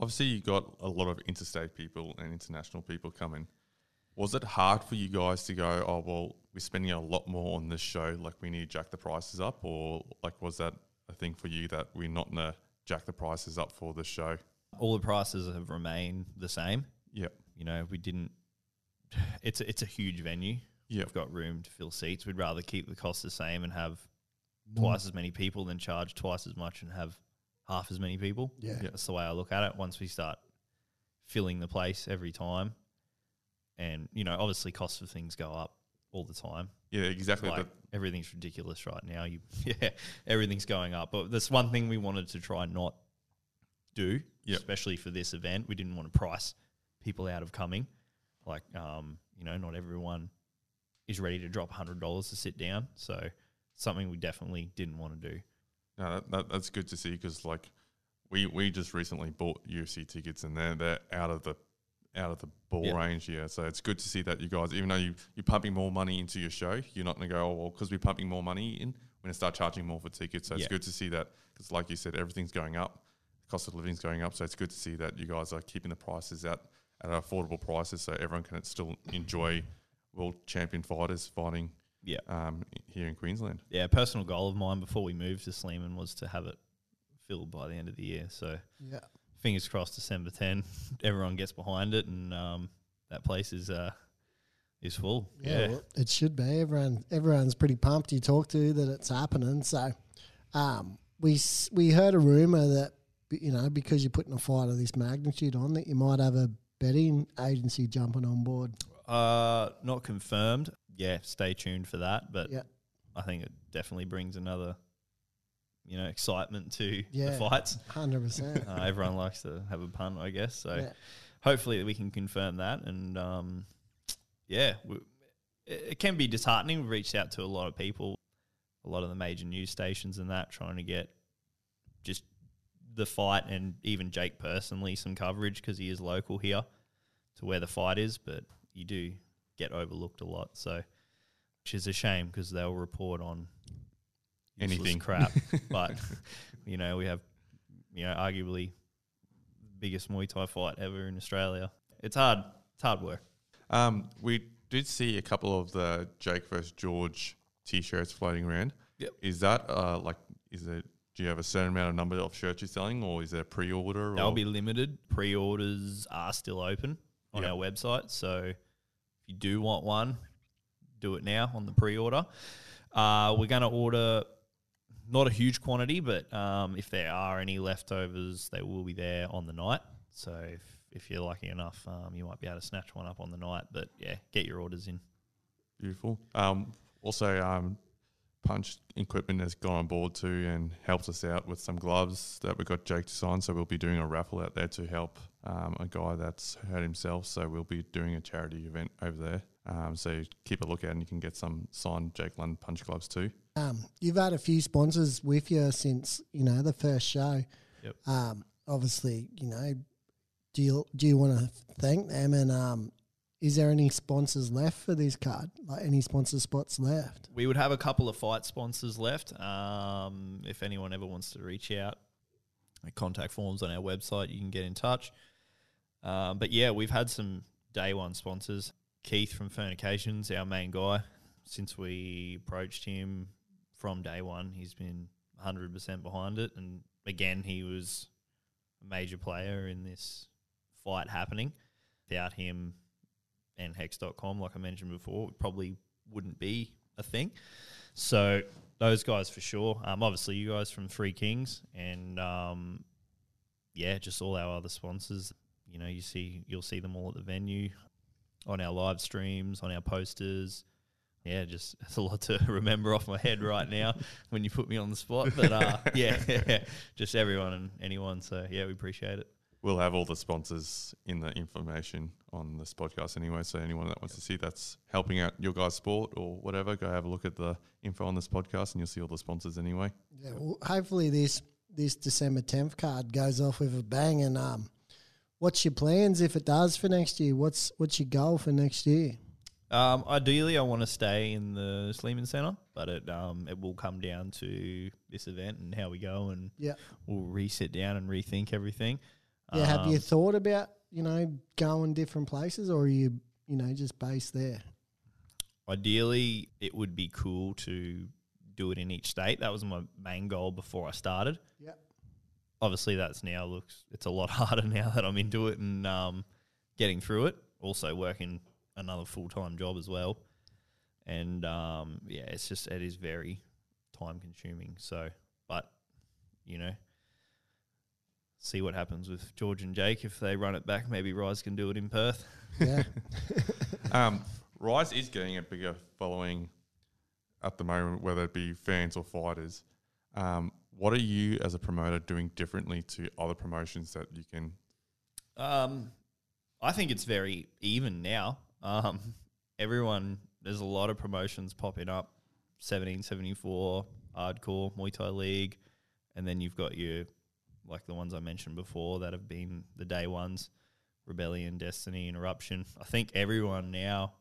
Speaker 7: Obviously, you got a lot of interstate people and international people coming. Was it hard for you guys to go? Oh well, we're spending a lot more on this show. Like we need to jack the prices up, or like was that a thing for you that we're not gonna jack the prices up for this show?
Speaker 8: All the prices have remained the same.
Speaker 7: Yeah,
Speaker 8: You know, we didn't. It's a, it's a huge venue.
Speaker 7: yeah,
Speaker 8: We've got room to fill seats. We'd rather keep the cost the same and have twice as many people than charge twice as much and have half as many people.
Speaker 5: Yeah.
Speaker 7: Yeah.
Speaker 8: That's the way I look at it. Once we start filling the place every time, and you know, obviously costs of things go up all the time.
Speaker 7: yeah. Exactly.
Speaker 8: Like
Speaker 7: That-
Speaker 8: everything's ridiculous right now. You yeah, everything's going up. But that's one thing we wanted to try not do,
Speaker 7: Yep.
Speaker 8: especially for this event. We didn't want to price people out of coming. Like um, you know, not everyone is ready to drop hundred dollars to sit down. So something we definitely didn't want to do.
Speaker 7: No, that, that, that's good to see because like we we just recently bought UFC tickets and they're they're out of the out of the ball
Speaker 8: Yeah.
Speaker 7: range here. So it's good to see that you guys, even though you you're pumping more money into your show, you're not going to go oh well because we're pumping more money in. We're going to start charging more for tickets. So
Speaker 8: Yeah.
Speaker 7: it's good to see that because, like you said, everything's going up, the cost of living's going up. So it's good to see that you guys are keeping the prices at at affordable prices so everyone can still enjoy world champion fighters fighting
Speaker 8: Yeah.
Speaker 7: um, here in Queensland.
Speaker 8: Yeah, a personal goal of mine before we moved to Sleeman was to have it filled by the end of the year. So
Speaker 5: Yeah.
Speaker 8: fingers crossed, December 10, everyone gets behind it, and um, that place is uh, is full.
Speaker 5: Yeah, well, it should be. Everyone, everyone's pretty pumped. You talk to that it's happening. So, um, we s- we heard a rumor that you know because you're putting a fight of this magnitude on that you might have a betting agency jumping on board.
Speaker 8: Uh, not confirmed. Yeah, stay tuned for that. But
Speaker 5: Yeah.
Speaker 8: I think it definitely brings another, you know, excitement to the
Speaker 5: Yeah.
Speaker 8: fights.
Speaker 5: Hundred percent.
Speaker 8: Uh, everyone likes to have a punt, I guess. So
Speaker 5: Yeah.
Speaker 8: hopefully we can confirm that. And um, yeah, we, it, it can be disheartening. We've reached out to a lot of people, a lot of the major news stations and that, trying to get just the fight and even Jake personally some coverage because he is local here to where the fight is. But you do get overlooked a lot. So. Which is a shame because they'll report on useless
Speaker 7: Anything.
Speaker 8: crap. but you know, we have you know arguably the biggest Muay Thai fight ever in Australia. It's hard. It's hard work.
Speaker 7: Um, we did see a couple of the Jake versus George t-shirts floating around.
Speaker 8: Yep.
Speaker 7: Is that uh, like is it? Do you have a certain amount of number of shirts you're selling, or is there a pre-order?
Speaker 8: They'll
Speaker 7: or
Speaker 8: be limited. Pre-orders are still open on
Speaker 7: Yep.
Speaker 8: our website, so if you do want one, do it now on the pre-order. Uh, we're going to order not a huge quantity, but um, if there are any leftovers, they will be there on the night. So if, if you're lucky enough, um, you might be able to snatch one up on the night. But yeah, get your orders in.
Speaker 7: beautiful. Um, also, um, Punch Equipment has gone on board too and helped us out with some gloves that we got Jake to sign. So we'll be doing a raffle out there to help um, a guy that's hurt himself. So we'll be doing a charity event over there. Um, so keep a lookout and you can get some signed Jake Lund punch gloves too.
Speaker 5: Um, you've had a few sponsors with you since you know the first show.
Speaker 8: Yep.
Speaker 5: Um, obviously, you know, do you do you want to thank them? And um, is there any sponsors left for this card? Like any sponsor spots left?
Speaker 8: We would have a couple of fight sponsors left. Um, if anyone ever wants to reach out, the contact forms on our website, you can get in touch. Um, but yeah, we've had some day one sponsors. Keith from Furnications, our main guy, since we approached him from day one, he's been 100% behind it. And again, he was a major player in this fight happening. Without him, and hex.com, like I mentioned before, it probably wouldn't be a thing. So those guys for sure. Um, obviously, you guys from Three Kings and um, yeah, just all our other sponsors. You know, you see, you'll see them all at the venue, on our live streams, on our posters. Yeah, just it's a lot to remember off my head right now when you put me on the spot. But uh, yeah, just everyone and anyone. So yeah, we appreciate it.
Speaker 7: We'll have all the sponsors in the information on this podcast anyway. So anyone that wants to see that's helping out your guys' sport or whatever, go have a look at the info on this podcast and you'll see all the sponsors anyway.
Speaker 5: Yeah, well, hopefully this this December tenth card goes off with a bang. And um, what's your plans if it does for next year? What's what's your goal for next year?
Speaker 8: Um, ideally, I want to stay in the Sleeman Centre, but it um, it will come down to this event and how we go, and
Speaker 5: Yeah,
Speaker 8: we'll re-sit down and rethink everything.
Speaker 5: yeah. have you
Speaker 8: Um,
Speaker 5: thought about you know going different places, or are you you know just based there?
Speaker 8: ideally, it would be cool to do it in each state. That was my main goal before I started.
Speaker 5: Yeah.
Speaker 8: Obviously, that's now looks it's a lot harder now that I'm into it and um, getting through it. Also, working another full time job as well, and um, yeah, it's just it is very time consuming. So, but you know. See what happens with George and Jake if they run it back. Maybe Rise can do it in Perth.
Speaker 5: Yeah.
Speaker 7: Um, Rise is getting a bigger following at the moment, whether it be fans or fighters. Um, what are you as a promoter doing differently to other promotions that you can?
Speaker 8: Um, I think it's very even now. Um, everyone, there's a lot of promotions popping up. 1774, Hardcore, Muay Thai League, and then you've got your like the ones I mentioned before that have been the day ones Rebellion, Destiny, and Eruption. I think everyone now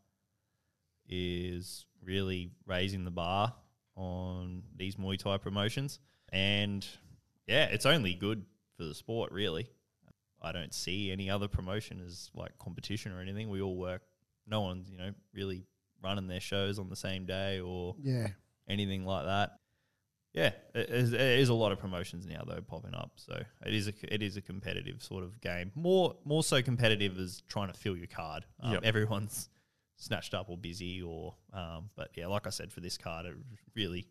Speaker 8: is really raising the bar on these Muay Thai promotions. And yeah, it's only good for the sport, really. I don't see any other promotion as like competition or anything. We all work, no one's, you know, really running their shows on the same day or
Speaker 5: Yeah.
Speaker 8: anything like that. Yeah, it is, it is a lot of promotions now though popping up, so it is a it is a competitive sort of game. More more so competitive as trying to fill your card. Um,
Speaker 7: Yep.
Speaker 8: Everyone's snatched up or busy or, um, but yeah, like I said, for this card, it really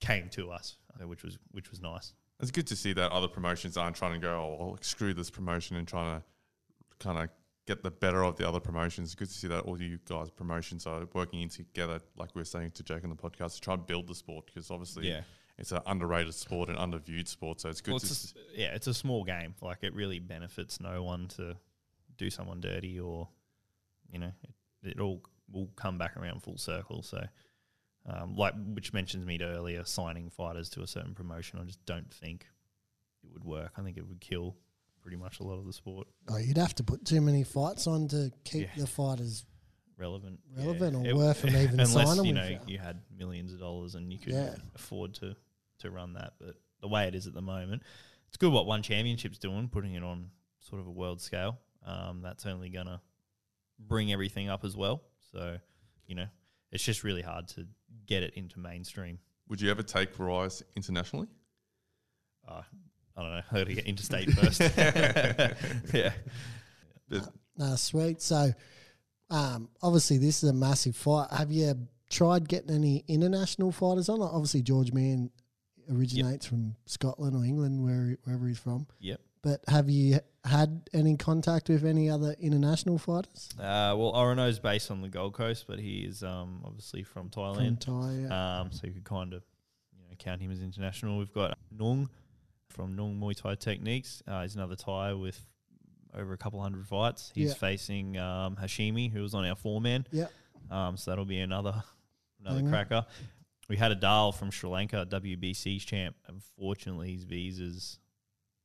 Speaker 8: came to us, uh, which was which was nice.
Speaker 7: It's good to see that other promotions aren't trying to go, oh, well, screw this promotion and trying to kind of get the better of the other promotions. It's good to see that all you guys promotions are working in together, like we were saying to Jake on the podcast, to try and build the sport because obviously
Speaker 8: Yeah.
Speaker 7: it's an underrated sport and underviewed sport. So it's good
Speaker 8: Well,
Speaker 7: to
Speaker 8: it's a
Speaker 7: s-
Speaker 8: s- yeah, it's a small game. Like it really benefits no one to do someone dirty or you know it, it all will come back around full circle. So um, like which mentions me to earlier signing fighters to a certain promotion. I just don't think it would work. I think it would kill pretty much a lot of the sport
Speaker 5: Oh, you'd have to put too many fights on to keep
Speaker 8: Yeah.
Speaker 5: the fighters.
Speaker 8: relevant,
Speaker 5: Relevant or
Speaker 8: It-
Speaker 5: worth them even
Speaker 8: unless
Speaker 5: signing with
Speaker 8: you know
Speaker 5: you.
Speaker 8: you had millions of dollars and you could
Speaker 5: Yeah.
Speaker 8: afford to to run that. But the way it is at the moment, it's good what one championship's doing, putting it on sort of a world scale. Um, that's only gonna bring everything up as well. So you know, it's just really hard to get it into mainstream.
Speaker 7: Would you ever take Rise internationally?
Speaker 8: Uh, I don't know. I gotta get interstate first. yeah,
Speaker 5: No, sweet. So, um, obviously, this is a massive fight. Have you tried getting any international fighters on? Like, obviously, George Mann originates from Scotland or England, where, wherever he's from.
Speaker 8: yep.
Speaker 5: But have you had any contact with any other international fighters
Speaker 8: Uh, well, Orono's based on the Gold Coast, but he is um, obviously from
Speaker 5: from
Speaker 8: Thailand.
Speaker 5: Thai? Uh,
Speaker 8: Um, so you could kind of you know, count him as international. We've got Nung from Nung Muay Thai Techniques. Uh, he's another Thai with over a couple hundred fights. He's
Speaker 5: Yeah.
Speaker 8: facing um, Hashimi, who was on our four man.
Speaker 5: yeah,
Speaker 8: Um, so that'll be another another
Speaker 5: Banger.
Speaker 8: cracker. We had a Dal from Sri Lanka, WBC's champ. Unfortunately, his visa's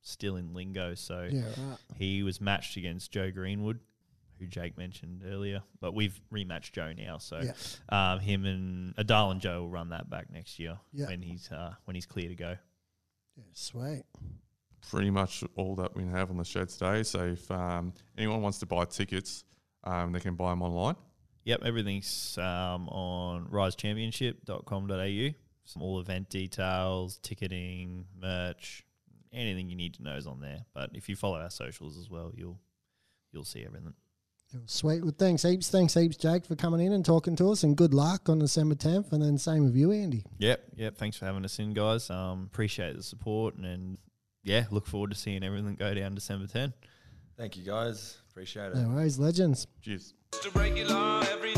Speaker 8: still in lingo, so
Speaker 5: yeah, right.
Speaker 8: he was matched against Joe Greenwood, who Jake mentioned earlier. But we've rematched Joe now, so
Speaker 5: Yeah.
Speaker 8: um, him and Adal and Joe will run that back next year
Speaker 5: Yeah.
Speaker 8: when he's uh, when he's clear to go.
Speaker 5: yeah, sweet.
Speaker 7: pretty much all that we have on the show today. So if um, anyone wants to buy tickets, um, they can buy them online.
Speaker 8: Yep, everything's um, on risechampionship.com.au. Some all event details, ticketing, merch, anything you need to know is on there. But if you follow our socials as well, you'll you'll see everything.
Speaker 5: Sweet. Well, thanks heaps. Thanks heaps, Jake, for coming in and talking to us. And good luck on December 10th. And then same with you, Andy.
Speaker 8: Yep, yep. Thanks for having us in, guys. Um, appreciate the support and, and yeah, look forward to seeing everything go down December 10.
Speaker 6: Thank you guys. Appreciate it.
Speaker 5: No worries, legends.
Speaker 7: Cheers.
Speaker 3: Just a regular everyday